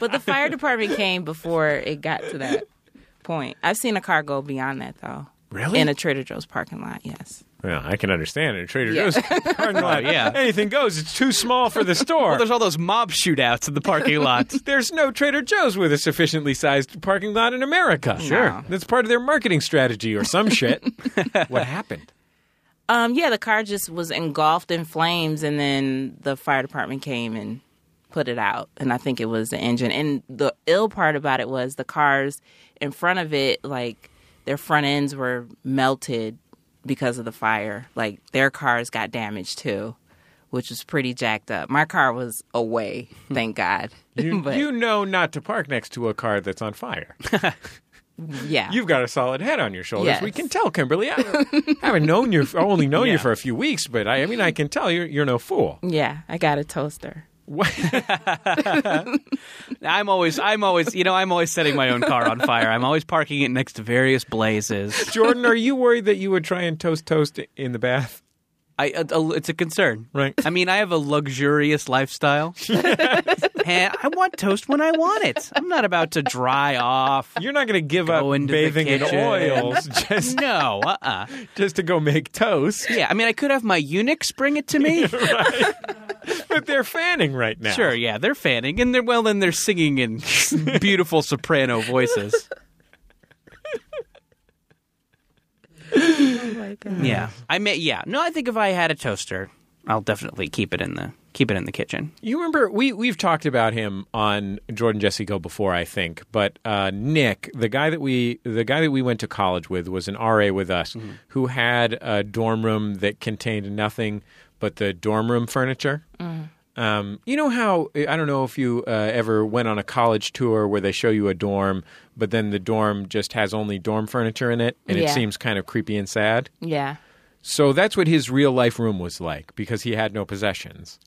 but the fire department came before it got to that point. I've seen a car go beyond that though.
Really?
In a Trader Joe's parking lot, yes.
well, I can understand it. Trader Joe's parking lot.
yeah.
Anything goes. It's too small for the store.
Well, there's all those mob shootouts in the parking lot.
There's no Trader Joe's with a sufficiently sized parking lot in America.
Sure. No.
That's part of their marketing strategy or some shit. what happened?
Um, yeah, the car just was engulfed in flames, and then the fire department came and put it out. And I think it was the engine. And the ill part about it was the cars in front of it, like their front ends were melted because of the fire. Like their cars got damaged too, which was pretty jacked up. My car was away, thank God.
You,
but
you know not to park next to a car that's on fire.
yeah,
You've got a solid head on your shoulders. We
Yes.
can tell, Kimberly. I haven't known you. I only known you
Yeah.
for a few weeks, but I, I mean, I can tell you're, you're no fool.
yeah, I got a toaster.
What?
I'm always, I'm always, you know, I'm always setting my own car on fire. I'm always parking it next to various blazes.
Jordan, are you worried that you would try and toast toast in the bath?
I, a, a, it's a concern.
Right.
I mean, I have a luxurious lifestyle, and I want toast when I want it. I'm not about to dry off.
You're not going to give
Go
up
into the
bathing in
kitchen.
oils just
No, uh, uh
just to go make toast.
yeah. I mean, I could have my eunuchs bring it to me.
But they're fanning right now.
Sure, yeah, they're fanning, and they're well, and they're singing in beautiful soprano voices. Yeah, I may. Yeah, no, I think if I had a toaster, I'll definitely keep it in the keep it in the kitchen.
You remember we we've talked about him on Jordan Jesse Go before, I think. But uh, Nick, the guy that we the guy that we went to college with, was an RA with us, who had a dorm room that contained nothing but the dorm room furniture. Um, you know how I don't know if you uh, ever went on a college tour where they show you a dorm, but then the dorm just has only dorm furniture in it, and it
Yeah.
seems kind of creepy and sad.
Yeah,
So that's what his real life room was like because he had no possessions.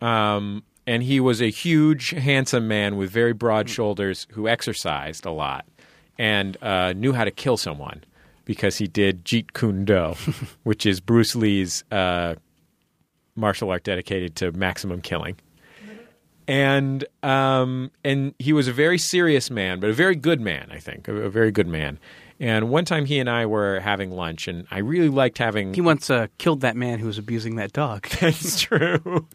Um, and he was a huge, handsome man with very broad shoulders who exercised a lot and uh, knew how to kill someone because he did Jeet Kune Do, which is Bruce Lee's uh, martial art dedicated to maximum killing. And um, and he was a very serious man, but a very good man, I think, a, a very good man. And one time he and I were having lunch, and I really liked having.
He once uh, killed that man who was abusing that dog.
That's true.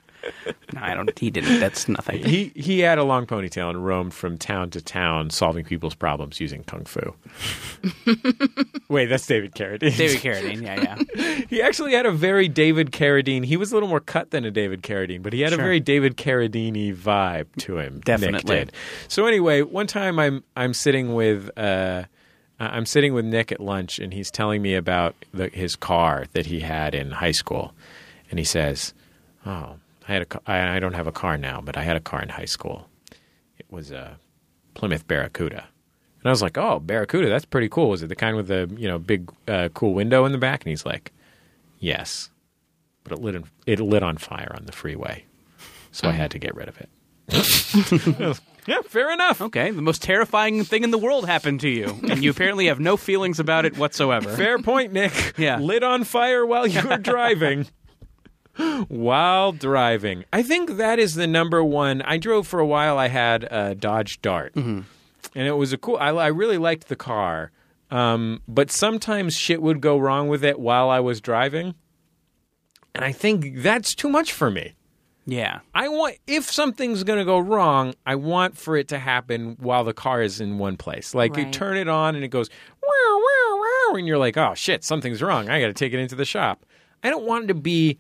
no, I don't. He didn't. That's nothing.
he he had a long ponytail and roamed from town to town solving people's problems using kung fu. Wait, that's David Carradine.
David Carradine. Yeah, yeah.
He actually had a very David Carradine. He was a little more cut than a David Carradine, but he had a
Sure.
very David Carradine vibe to him. Nick
Definitely.
did. So anyway, one time I'm I'm sitting with uh, I'm sitting with Nick at lunch, and he's telling me about the, his car that he had in high school, and he says, "Oh, I had a ca- I, I don't have a car now, but I had a car in high school. It was a Plymouth Barracuda." And I was like, "Oh, Barracuda, that's pretty cool. Was it the kind with the you know big uh, cool window in the back?" And he's like, "Yes, but it lit in, it lit on fire on the freeway, so I had to get rid of it." Yeah, fair enough.
Okay, the most terrifying thing in the world happened to you, and you apparently have no feelings about it whatsoever.
Fair point, Nick.
Yeah.
Lit on fire while you were driving. while driving. I think that is the number one. I drove for a while. I had a Dodge Dart. And it was a cool, I, I really liked the car. Um, but sometimes shit would go wrong with it while I was driving. And I think that's too much for me.
Yeah,
I want if something's going to go wrong, I want for it to happen while the car is in one place. Like you
Right.
turn it on and it goes wow wow wow, and you're like, oh shit, something's wrong. I got to take it into the shop. I don't want it to be.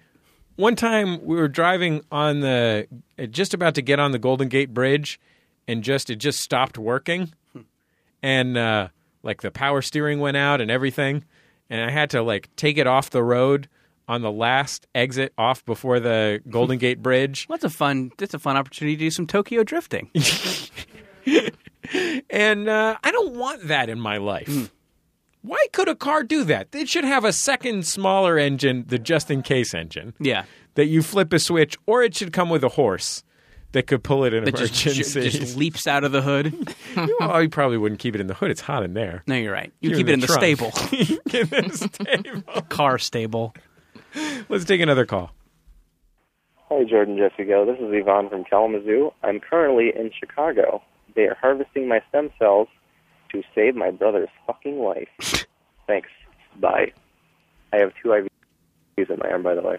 One time we were driving on the uh, just about to get on the Golden Gate Bridge, and just it just stopped working and uh, like the power steering went out and everything, and I had to like take it off the road on the last exit off before the Golden Gate Bridge,
well, that's a fun. That's a fun opportunity to do some Tokyo drifting.
and uh, I don't want that in my life.
Hmm.
Why could a car do that? It should have a second smaller engine, the just in case engine,
Yeah,
that you flip a switch, or it should come with a horse that could pull it in
that just, ju-
emergencies.
just leaps out of the hood.
well, you probably wouldn't keep it in the hood. It's hot in there.
No, you're right. You
You're
keep
in
it in the,
the trunk.
stable,
Get in the stable.
car stable.
Let's take another call.
Hey, Jordan, Jesse, go. This is Yvonne from Kalamazoo. I'm currently in Chicago. They are harvesting my stem cells to save my brother's fucking life. Thanks. Bye. I have two IVs in my arm, by the way.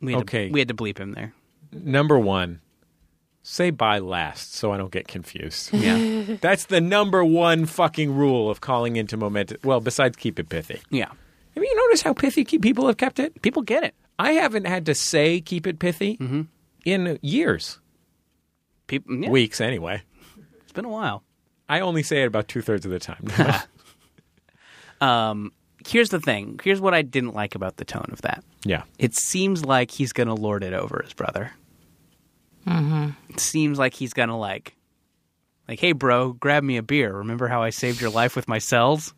We had
Okay.
to, we had to bleep him there.
number one, say bye last so I don't get confused.
Yeah,
That's the number one fucking rule of calling into momentum. Well, besides keep it pithy.
yeah.
Have you noticed how pithy keep people have kept it?
People get it.
I haven't had to say keep it pithy in years,
People, yeah,
weeks anyway.
it's been a while.
I only say it about two thirds of the time. now.
Um, here's the thing. Here's what I didn't like about the tone of that.
yeah.
It seems like he's gonna lord it over his brother. Mm-hmm. It seems like he's gonna like, like, hey, bro, grab me a beer. Remember how I saved your life with my cells?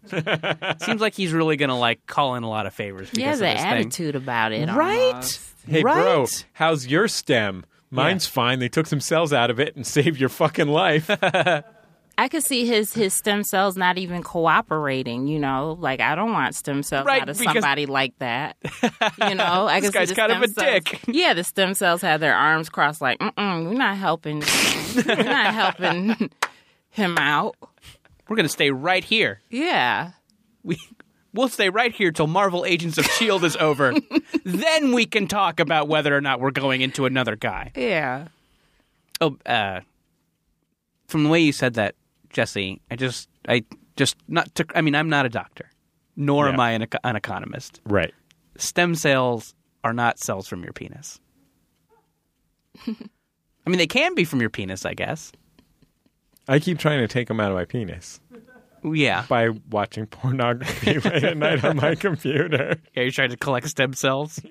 seems like he's really gonna like call in a lot of favors.
He
because
has
of
an
this thing.
attitude about it,
right?
almost.
Hey, bro,
Right?
how's your stem? Mine's fine. They took themselves out of it and saved your fucking life.
I could see his his stem cells not even cooperating. You know, like I don't want stem cells
Right,
out of
because-
somebody like that. You know, I
This
could see
guy's
the
kind of a
stem cells-
dick.
Yeah, the stem cells had their arms crossed, like, mm, we're not helping. we're not helping him out.
We're gonna stay right here.
Yeah,
We. We'll stay right here till Marvel Agents of S.H.I.E.L.D. E is over. then we can talk about whether or not we're going into another guy.
yeah.
Oh, uh, from the way you said that, Jesse, I just, I just not to. I mean, I'm not a doctor, nor am
Yeah.
I an, eco- an economist.
right.
Stem cells are not cells from your penis. I mean, they can be from your penis, I guess.
I keep trying to take them out of my penis.
Yeah,
by watching pornography late at night on my computer.
yeah. You're trying to collect stem cells.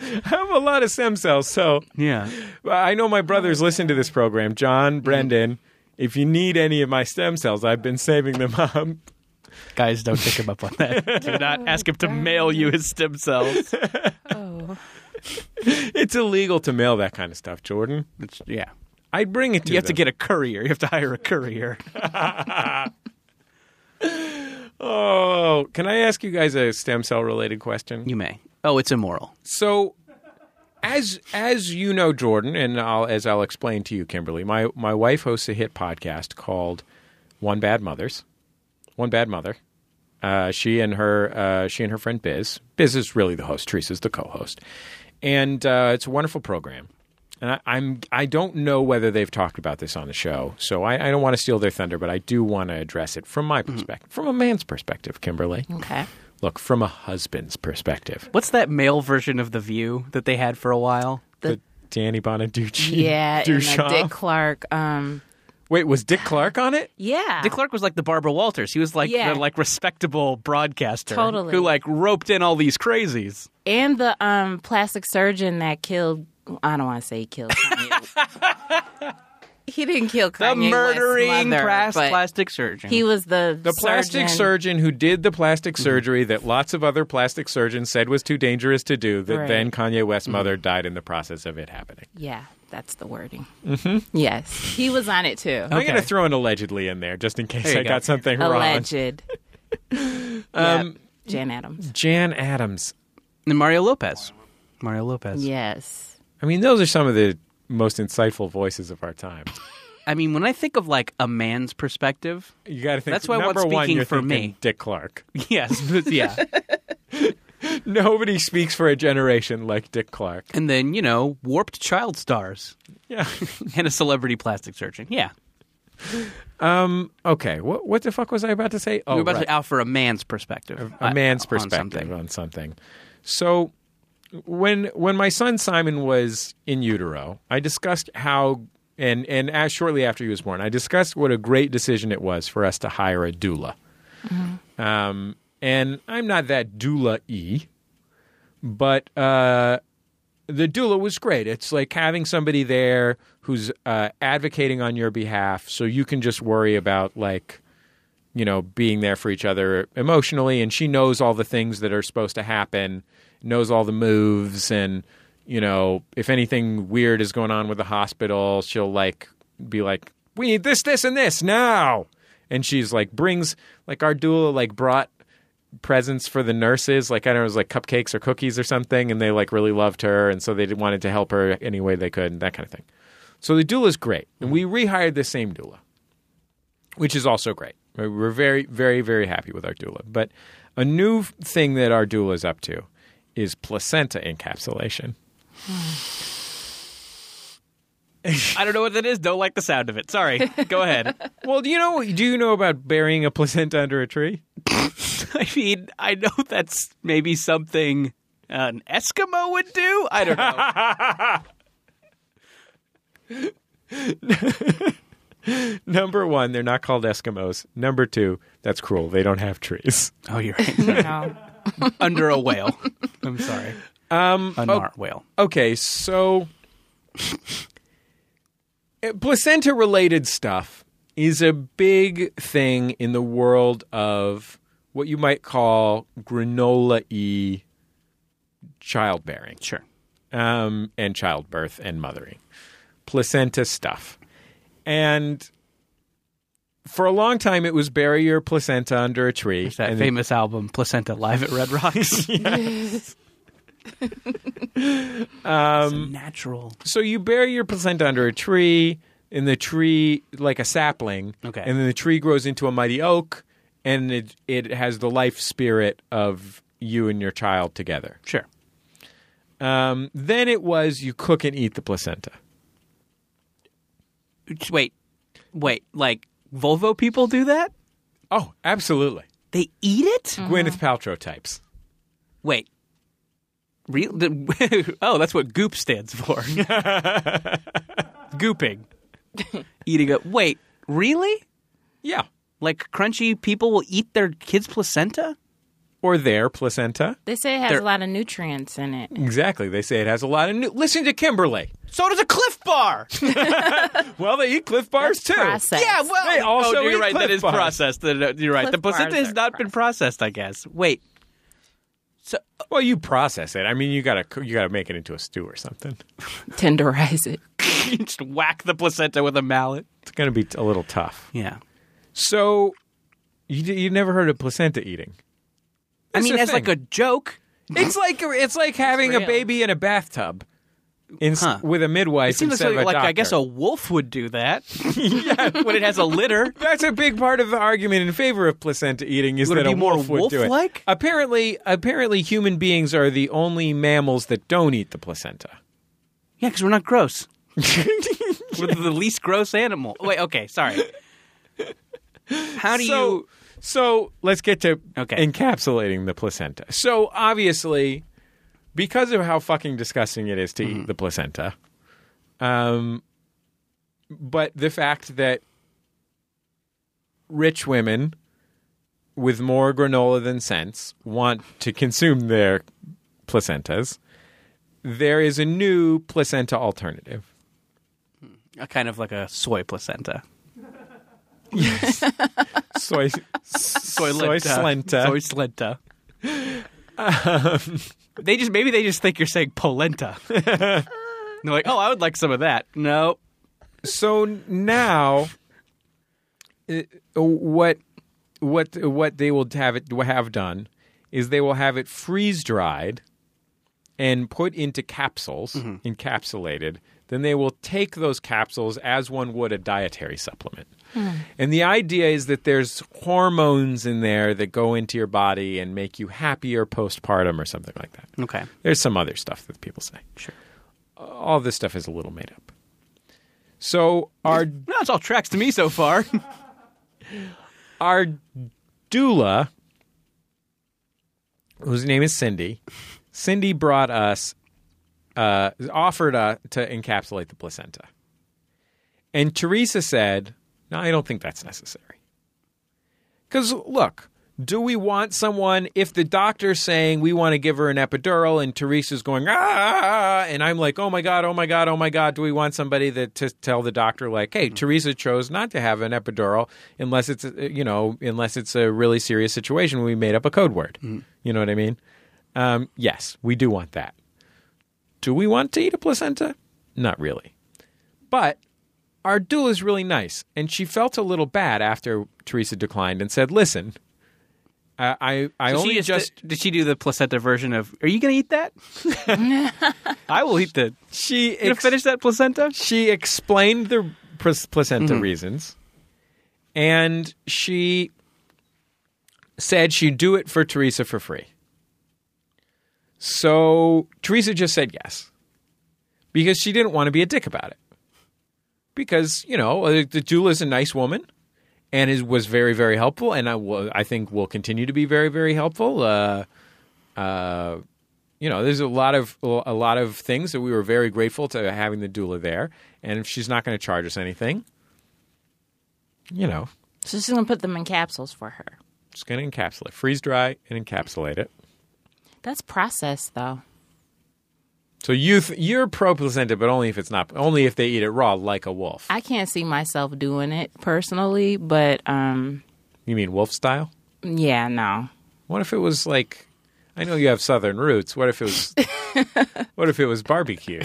I have a lot of stem cells, so
yeah.
I know
Oh,
my brothers listen to this program.
Mm-hmm.
John, Brendan, if you need any of my stem cells, I've been saving them up.
Guys, don't pick him up on that. Do not ask him to mail you his stem cells.
It's illegal to mail that kind of stuff, Jordan.
It's- yeah.
I'd bring it to
You have to get a courier. You have to hire a courier.
Oh, can I ask you guys a stem cell related question?
You may. Oh, it's immoral.
So, as as you know, Jordan, and I'll, as I'll explain to you, Kimberly, my my wife hosts a hit podcast called One Bad Mother's, One Bad Mother. Uh, she and her uh, she and her friend Biz. Biz is really the host. Teresa's the co-host, and uh, it's a wonderful program. And I, I'm I don't know whether they've talked about this on the show, so I, I don't want to steal their thunder, but I do want to address it from my perspective, from a man's perspective, Kimberly.
Okay.
Look, from a husband's perspective.
What's that male version of The View that they had for a while?
the Danny Bonaducci.
Yeah, and the
Duchamp.
Dick Clark. Um,
Wait, was Dick Clark on it?
yeah,
Dick Clark was like the Barbara Walters. He was like
Yeah.
the like respectable broadcaster
Totally.
who like roped in all these crazies.
and the um plastic surgeon that killed. I don't want to say he killed. Kanye. he didn't kill
The
Kanye West's
murdering
mother,
plas-
but
plastic surgeon. Mm-hmm.
He was the
The plastic surgeon who did the plastic surgery that lots of other plastic surgeons said was too dangerous to do, that
Right.
then Kanye
Mm-hmm.
West's mother died in the process of it happening.
Yeah, that's the wording. Mm-hmm. Yes, he was on it too.
I'm going to throw an allegedly in there just in case
you
I
go.
got something Oh, wrong.
Alleged. um, Jan Adams.
Jan Adams.
and Mario Lopez. Mario Lopez.
Yes.
I mean, those are some of the most insightful voices of our time.
I mean, when I think of like a man's perspective,
You got to think.
That's why I
number
want
one,
speaking
you're
for
thinking
me.
Dick Clark.
yes, yeah.
Nobody speaks for a generation like Dick Clark.
And then you know, warped child stars
Yeah.
and a celebrity plastic surgeon. Yeah,
okay. What what the fuck was I about to say? Oh,
we were about
right.
to offer a man's perspective.
a man's
uh, on
perspective
something.
on something. So when when my son Simon was in utero, I discussed how and and as shortly after he was born, I discussed what a great decision it was for us to hire a doula.
Mm-hmm.
Um, and I'm not that doula e, but uh, the doula was great. It's like having somebody there who's uh, advocating on your behalf, so you can just worry about like you know, being there for each other emotionally. And she knows all the things that are supposed to happen, knows all the moves. And, you know, if anything weird is going on with the hospital, she'll like be like, we need this, this, and this now. And she's like, brings, like, our doula, like, brought presents for the nurses like i don't know it was like cupcakes or cookies or something and they like really loved her and so they wanted to help her any way they could and that kind of thing so the doula is great and we rehired the same doula which is also great. We We're very, very, very happy with our doula. But a new f- thing that our doula is up to is placenta encapsulation.
I don't know what that is. Don't like the sound of it. Sorry. Go ahead.
Well, do you know do you know about burying a placenta under a tree?
I mean, I know that's maybe something an Eskimo would do. I don't know.
Number one, they're not called Eskimos. Number two, that's cruel. They don't have trees.
oh, you're right.
No.
Under a whale. I'm sorry. Um, An art whale.
Okay, so placenta related stuff is a big thing in the world of what you might call granola y childbearing
Sure.
um, and childbirth and mothering, placenta stuff. And for a long time, it was bury your placenta under a tree.
It's that
and then-
famous album, Placenta Live at Red Rocks. um, natural.
so you bury your placenta under a tree and the tree like a sapling
Okay.
and then the tree grows into a mighty oak and it it has the life spirit of you and your child together
Sure.
um, then it was you cook and eat the placenta
Wait, wait. Like Volvo people do that?
oh absolutely
They eat it?
Uh-huh. gwyneth paltrow types
Wait. Real? the- oh, that's what goop stands for. Gooping. Eating a. Wait, really?
yeah
Like crunchy people will eat their kids' placenta?
or their placenta
They say it has
They're-
a lot of nutrients in it.
exactly they say it has a lot of new listen to kimberly
So does a Cliff Bar.
well they eat cliff bars too
Processed.
yeah, well,
They also
oh,
eat
you're right.
Clif
That is
Bars.
processed. That- that- You're right. The
Clif Bars
placenta has
are
not been processed. I guess. Wait. So
well you process it i mean you gotta co- you gotta make it into a stew or something
Tenderize it.
you just whack the placenta with a mallet.
it's gonna be t- a little tough
Yeah.
So you d- you never heard of placenta eating?
I
That's
mean,
the
as like a
thing.
joke.
it's like it's like having a
real.
baby in a bathtub, in, s-
Huh.
with a midwife.
It seems
instead
like,
of a
like I guess a
doctor.
wolf would do that when it has a litter.
That's a big part of the argument in favor of placenta eating is
Would it
that a
be more
wolf would do it.
wolf-like?
Apparently, apparently, human beings are the only mammals that don't eat the placenta.
Yeah, because we're not gross. we're the least gross animal. Wait. Okay. Sorry. How do
so,
you?
So let's get to
Okay.
encapsulating the placenta. So obviously, because of how fucking disgusting it is to
Mm-hmm.
eat the placenta, um, but the fact that rich women with more granola than sense want to consume their placentas, there is a new placenta alternative.
a kind of like a soy placenta.
soy soy soy slenta.
Soy slenta. Um, they just maybe they just think you're saying polenta. And they're like, oh, I would like some of that. No,
so now uh, what what what they will have it have done is they will have it freeze dried and put into capsules encapsulated then they will take those capsules as one would a dietary supplement and the idea is that there's hormones in there that go into your body and make you happier postpartum or something like that
okay,
there's some other stuff that people say
sure.
all this stuff is a little made up so our
No, it's all tracks to me so far.
our doula, whose name is Cindy, Cindy brought us, uh, offered uh, to encapsulate the placenta. And Teresa said, No, I don't think that's necessary. Because look, do we want someone, if the doctor's saying we want to give her an epidural and Teresa's going, ah, and I'm like, oh my God, oh my God, oh my God, do we want somebody that to tell the doctor, like, hey, Teresa chose not to have an epidural unless it's, uh, you know, unless it's a really serious situation. We made up a code word. You know what I mean? Um, yes, we do want that. Do we want to eat a placenta? Not really. But our doula is really nice, and she felt a little bad after Teresa declined and said, "Listen, I I, I
Did she
only
just,
just
did she do the placenta version of? Are you going to eat that? I will eat the.
she
You gonna
ex-
finish that placenta?
she explained the pres- placenta reasons, and she said she'd do it for Teresa for free. So Teresa just said yes because she didn't want to be a dick about it. Because you know uh, the doula is a nice woman, and is was very very helpful, and I will I think will continue to be very very helpful. Uh, uh, you know, there's a lot of a lot of things that we were very grateful to having the doula there, and if she's not going to charge us anything, you know,
So she's gonna put them in capsules for her.
just going to encapsulate, freeze dry, and encapsulate it.
That's processed though.
So you th- you're pro placenta, but only if it's not only if they eat it raw, like a wolf.
I can't see myself doing it personally, but um,
you mean wolf style?
yeah, no.
What if it was like? I know you have southern roots. What if it was? what if it was barbecue?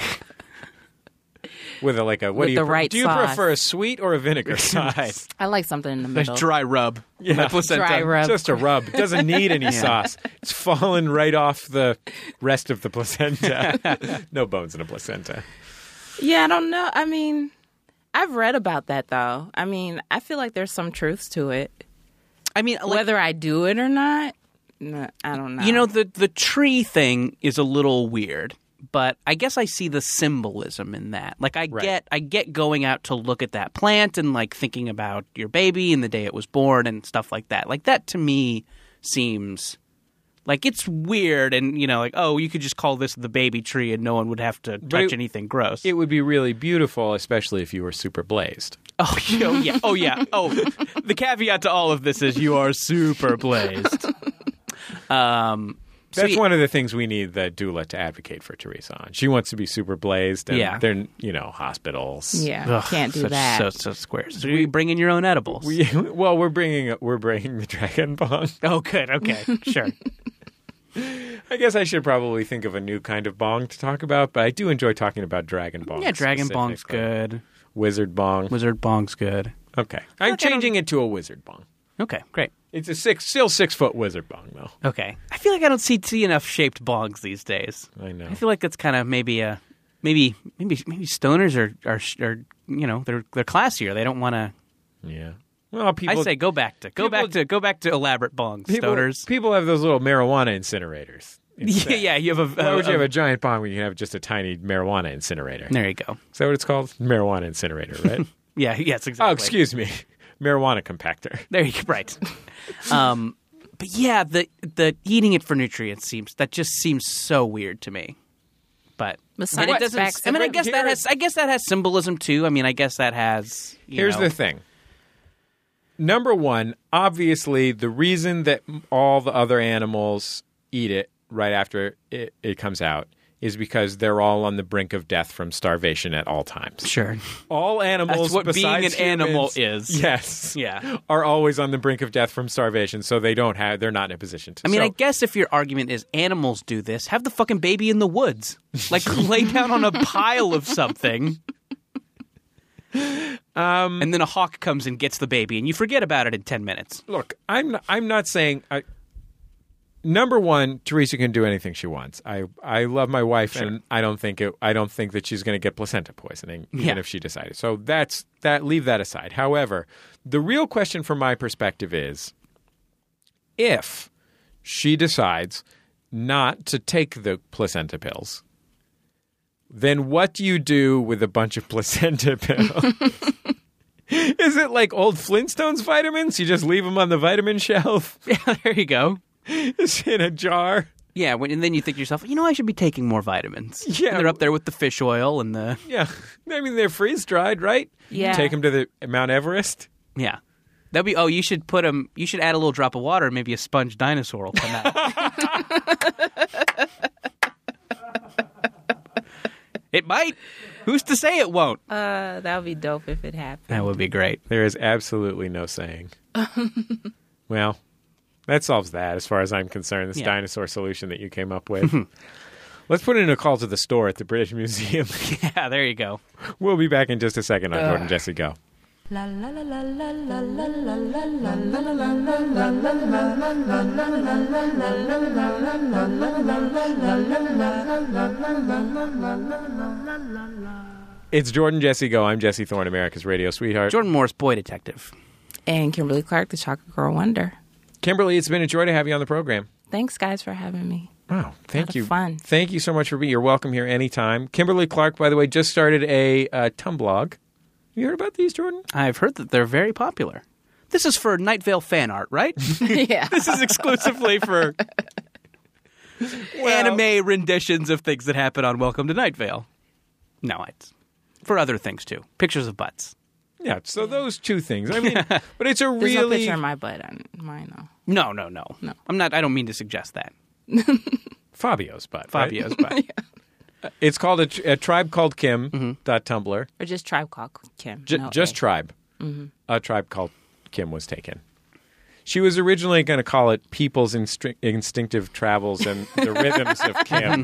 With a, like a what
With
do you
the
pre-
right
do you
sauce.
prefer a sweet or a vinegar side?
I like something in the
There's
middle.
dry rub. Yeah, placenta.
Dry rub.
Just a rub. It Doesn't need any sauce. It's fallen right off the rest of the placenta. no bones in a placenta.
Yeah, I don't know. I mean, I've read about that though. I mean, I feel like there's some truths to it.
I mean, like,
Whether I do it or not, no, I don't know.
you know the the tree thing is a little weird, but I guess I see the symbolism in that. Like I get I get going out to look at that plant and like thinking about your baby and the day it was born and stuff like that. Like that to me seems like it's weird and you know like oh you could just call this the baby tree and no one would have to touch
it-
anything gross.
It would be really beautiful, especially if you were super blazed.
Oh yeah, oh, yeah, oh yeah. Oh, the caveat to all of this is you are super blazed. Um, so
That's
yeah,
one of the things we need the doula to advocate for Teresa on. She wants to be super blazed, and
Yeah.
they're you know hospitals.
yeah,
Ugh,
can't do
such,
that.
So, so squares. So you bring in your own edibles.
well, we're bringing we're bringing the dragon bong.
oh, good. Okay, sure.
I guess I should probably think of a new kind of bong to talk about, but I do enjoy talking about dragon bong.
yeah, Dragon Bong's good.
Wizard bong.
Wizard Bong's good.
Okay, I'm changing it to a wizard bong.
Okay, great.
It's a six, still six foot wizard bong though.
Okay, I feel like I don't see, see enough shaped bongs these days.
I know.
I feel like that's kind of maybe a maybe maybe maybe stoners are are, are you know they're they're classier. They don't want to.
Yeah. Well, people.
I say go back to go
people-
back to go back to elaborate bongs.
people,
stoners.
People have those little marijuana incinerators.
Yeah, yeah, you have a.
Why
a-
would you
a-
have a giant bong when you have just a tiny marijuana incinerator?
there you go.
Is that what it's called? Marijuana incinerator, right?
Yeah, yes, exactly.
oh, excuse me, marijuana compactor.
There you go. Right. um, but yeah, the the eating it for nutrients seems that just seems so weird to me. But
But
and
science
it doesn't.
backs
I mean, I
it.
guess that has. I guess that has symbolism too. I mean, I guess that has. You
Here's
know,
the thing. Number one, obviously, the reason that m- all the other animals eat it right after it, it comes out is because they're all on the brink of death from starvation at all times.
Sure.
All animals,
That's what being
besides
an animal
humans-
is.
Yes.
Yeah.
Are always on the brink of death from starvation, so they don't have. They're not in a position to.
I mean,
so,
I guess if your argument is animals do this, have the fucking baby in the woods. Like lay down on a pile of something. Um, and then a hawk comes and gets the baby, and you forget about it in 10 minutes.
look, I'm not, I'm not saying. I, number one, Teresa can do anything she wants. I I love my wife, and I don't think it. I don't think that she's going to get placenta poisoning, even
Yeah.
if she decided. So that's that. Leave that aside. However, the real question from my perspective is, if she decides not to take the placenta pills. Then what do you do with a bunch of placenta pills? Is it like old Flintstones vitamins? You just leave them on the vitamin shelf?
Yeah, there you go.
It's in a jar.
Yeah, when, and then you think to yourself, you know, I should be taking more vitamins.
Yeah.
And they're up there with the fish oil and the.
Yeah. I mean, they're freeze dried, right?
Yeah.
Take them to the Mount Everest.
Yeah. That'd be, oh, you should put them, you should add a little drop of water, and maybe a sponge dinosaur will come out. it might. Who's to say it won't?
Uh, that would be dope if it happened.
That would be great.
There is absolutely no saying. well, that solves that as far as I'm concerned, this
Yeah.
dinosaur solution that you came up with. Let's put in a call to the store at the British Museum.
Yeah, there you go.
we'll be back in just a second on Jordan Jesse Go.
La la la la la la la la la la.
It's Jordan Jesse Go. I'm Jesse Thorne, America's radio sweetheart.
Jordan Morris, boy detective.
And Kimberly Clark, the Chocolate Girl Wonder.
Kimberly, it's been a joy to have you on the program.
Thanks, guys, for having me.
Wow, thank
of
you.
fun.
Thank you so much for being. You're welcome here anytime. Kimberly Clark, by the way, just started a uh, Tumblog. You heard about these, Jordan?
I've heard that they're very popular. This is for Night Vale fan art, right?
yeah.
this is exclusively for anime renditions of things that happen on Welcome to Night Vale. No, it's for other things too. Pictures of butts.
Yeah. So those two things. I mean, but it's a
There's no
really
picture of my butt on mine, though.
No, no, no,
No.
I'm not. I don't mean to suggest that.
Fabio's butt. right?
Fabio's butt.
It's called a, tr- a tribe called Kim dot Tumblr.
Or just Tribe Called Kim.
J-
Mm-hmm. no Mm-hmm.
just
A.
tribe. A tribe called Kim was taken. She was originally going to call it People's Instri- Instinctive Travels and the Rhythms of Kim.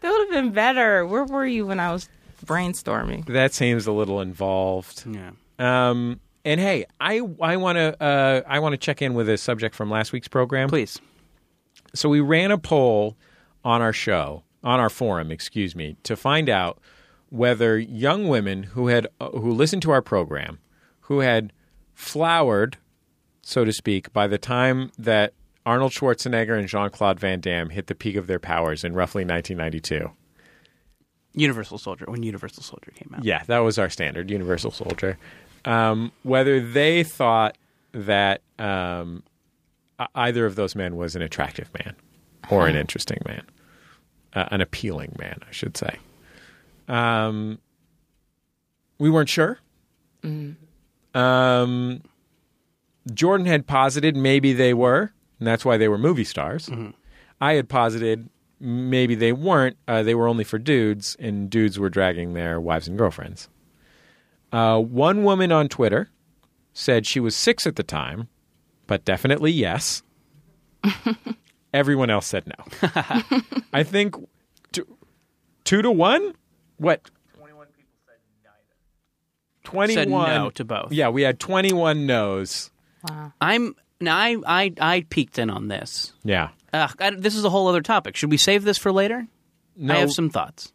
That would have been better. Where were you when I was brainstorming?
That seems a little involved.
yeah.
Um, and hey, I I want to uh, I want to check in with a subject from last week's program.
Please.
So we ran a poll on our show on our forum, excuse me, to find out whether young women who had uh, who listened to our program, who had flowered, so to speak, by the time that Arnold Schwarzenegger and Jean Claude Van Damme hit the peak of their powers in roughly 1992.
Universal Soldier. When Universal Soldier came out.
Yeah, that was our standard Universal Soldier. Um, whether they thought that um, e- either of those men was an attractive man or an interesting man, uh, an appealing man, I should say. Um, we weren't sure. Um, Jordan had posited maybe they were, and that's why they were movie stars. I had posited maybe they weren't. Uh, they were only for dudes, and dudes were dragging their wives and girlfriends. Uh, one woman on Twitter said she was six at the time, but definitely yes. Everyone else said no. I think two, two to one? What? 21 people
Said
said neither. 21.
no to both.
Yeah, we had 21 no's.
Wow.
I'm now. I I I peeked in on this.
Yeah.
Ugh, I, this is a whole other topic. Should we save this for later?
No,
I have some thoughts.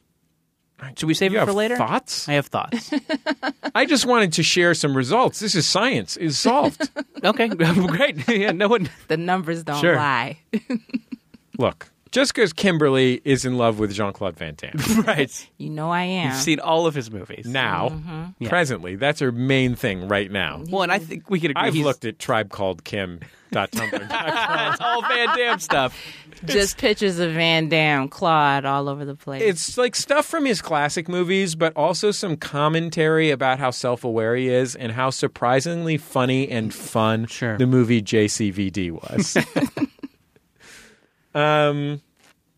Should we save
you
it
have
for later?
Thoughts?
I have thoughts.
I just wanted to share some results. This is science is solved.
okay, great. yeah, no one.
The numbers don't
Sure.
lie.
Look, just because Kimberly is in love with Jean Claude Van Damme
Right.
you know I am.
You've seen all of his movies.
now,
Yeah.
presently, that's her main thing right now.
Well, and I think we could agree.
I've
he's-
looked at Tribe Called Kim.
It's all Van Damme stuff.
just pictures of Van Damme, Claude, all over the place.
It's like stuff from his classic movies, but also some commentary about how self aware he is and how surprisingly funny and fun
Sure.
the movie JCVD was. um,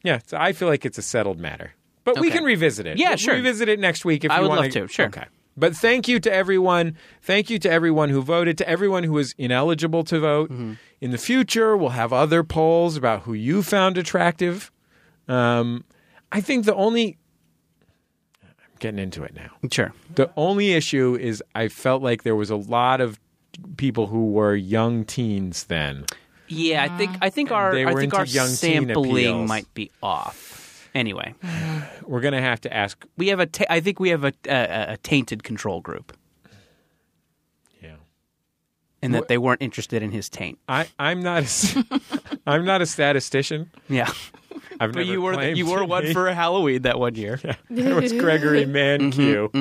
Yeah, so I feel like it's a settled matter, but we
Okay.
can revisit it.
Yeah,
We'll
sure.
Revisit it next week if
I
you
would
wanna-
love to, sure.
Okay. But thank you to everyone. Thank you to everyone who voted, to everyone who is ineligible to vote.
Mm-hmm.
In the future, we'll have other polls about who you found attractive. Um, I think the only. I'm getting into it now.
Sure.
The only issue is I felt like there was a lot of people who were young teens then.
Yeah, I think I think our
They
I
were
think
into
our
young teen
sampling
appeals.
might be off. Anyway,
We're going to have to ask.
we have a ta- I think we have a, a a tainted control group,
Yeah.
and that they weren't interested in his taint.
I, I'm not a, s- I'm not a statistician.
Yeah,
I've
but
never
you were
claimed
you
to
were one
be.
for Halloween that one year.
it was Gregory Mankiw.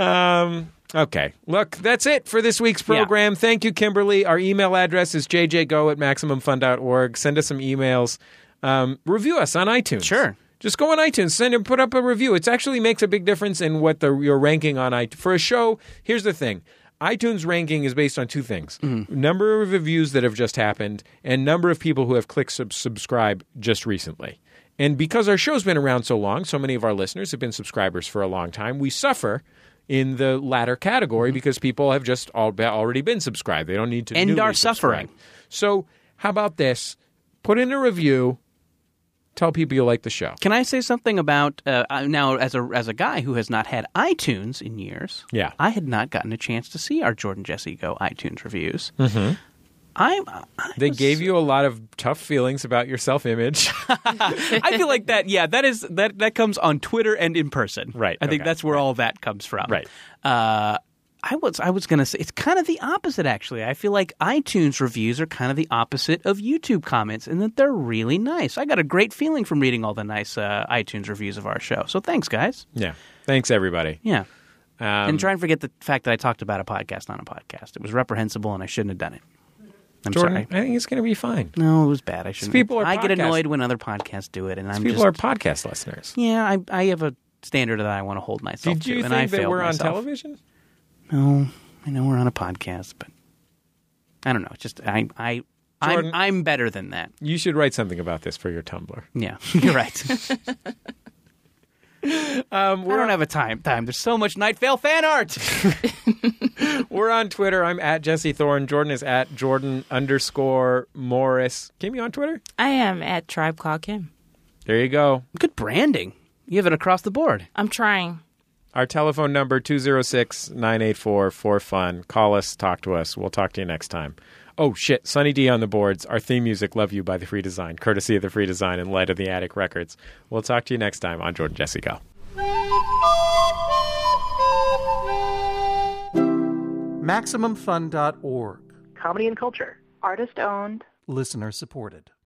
um, okay. Look, that's it for this week's
Yeah.
program. Thank you, Kimberly. Our email address is jjgo at maximumfun.org. Send us some emails. Um, review us on iTunes.
Sure.
Just go on iTunes, send and put up a review. It actually makes a big difference in what the, your ranking on iTunes. For a show, here's the thing iTunes ranking is based on two things number of reviews that have just happened, and number of people who have clicked sub- subscribe just recently. And because our show's been around so long, so many of our listeners have been subscribers for a long time, we suffer in the latter category because people have just all, already been subscribed. They don't need to
End
newly
our
subscribe.
suffering.
So, how about this? Put in a review. Tell people you like the show.
Can I say something about uh, I- now as a as a guy who has not had iTunes in years?
Yeah.
I had not gotten a chance to see our Jordan Jesse Go iTunes reviews. Mm-hmm. I'm. I
They
was-
gave you a lot of tough feelings about your self image.
I feel like that. Yeah, that is that that comes on Twitter and in person.
Right,
I think
okay,
that's where all that comes from.
Right.
Uh, I was I was gonna say it's kind of the opposite actually. I feel like iTunes reviews are kind of the opposite of YouTube comments in that they're really nice. I got a great feeling from reading all the nice uh, iTunes reviews of our show. So thanks, guys.
yeah. Thanks, everybody.
Yeah.
Um,
and try and forget the fact that I talked about a podcast on a podcast. It was reprehensible and I shouldn't have done it. I'm
Jordan,
sorry.
I think it's going to be fine.
No, it was bad. I shouldn't.
people are
I get
podcast-
annoyed when other podcasts do it, and I'm
People
just
are podcast listeners.
yeah, I, I have a standard that I want to hold myself
Did
to,
you
and I
think that
failed
we're on
myself.
television?
No, I know we're on a podcast, but I don't know. It's just I, I, I'm,
Jordan.
I'm better than that.
You should write something about this for your Tumblr.
Yeah, you're right.
Um,
we
we're,
don't have a time. Time. There's so much Night Vale fan art.
we're on Twitter. I'm at Jesse Thorne. Jordan is at Jordan underscore Morris. Kim, you on Twitter?
I am at Tribe Called Kim.
There you go.
Good branding. You have it across the board.
I'm trying.
Our telephone number 206-984-4FUN. Call us, talk to us. We'll talk to you next time. Oh shit, Sunny D on the boards. Our theme music Love You by The Free Design, courtesy of The Free Design and Light of the Attic Records. We'll talk to you next time on Jordan Jesse Go.
MaximumFun.org.
Comedy and culture. Artist owned.
Listener supported.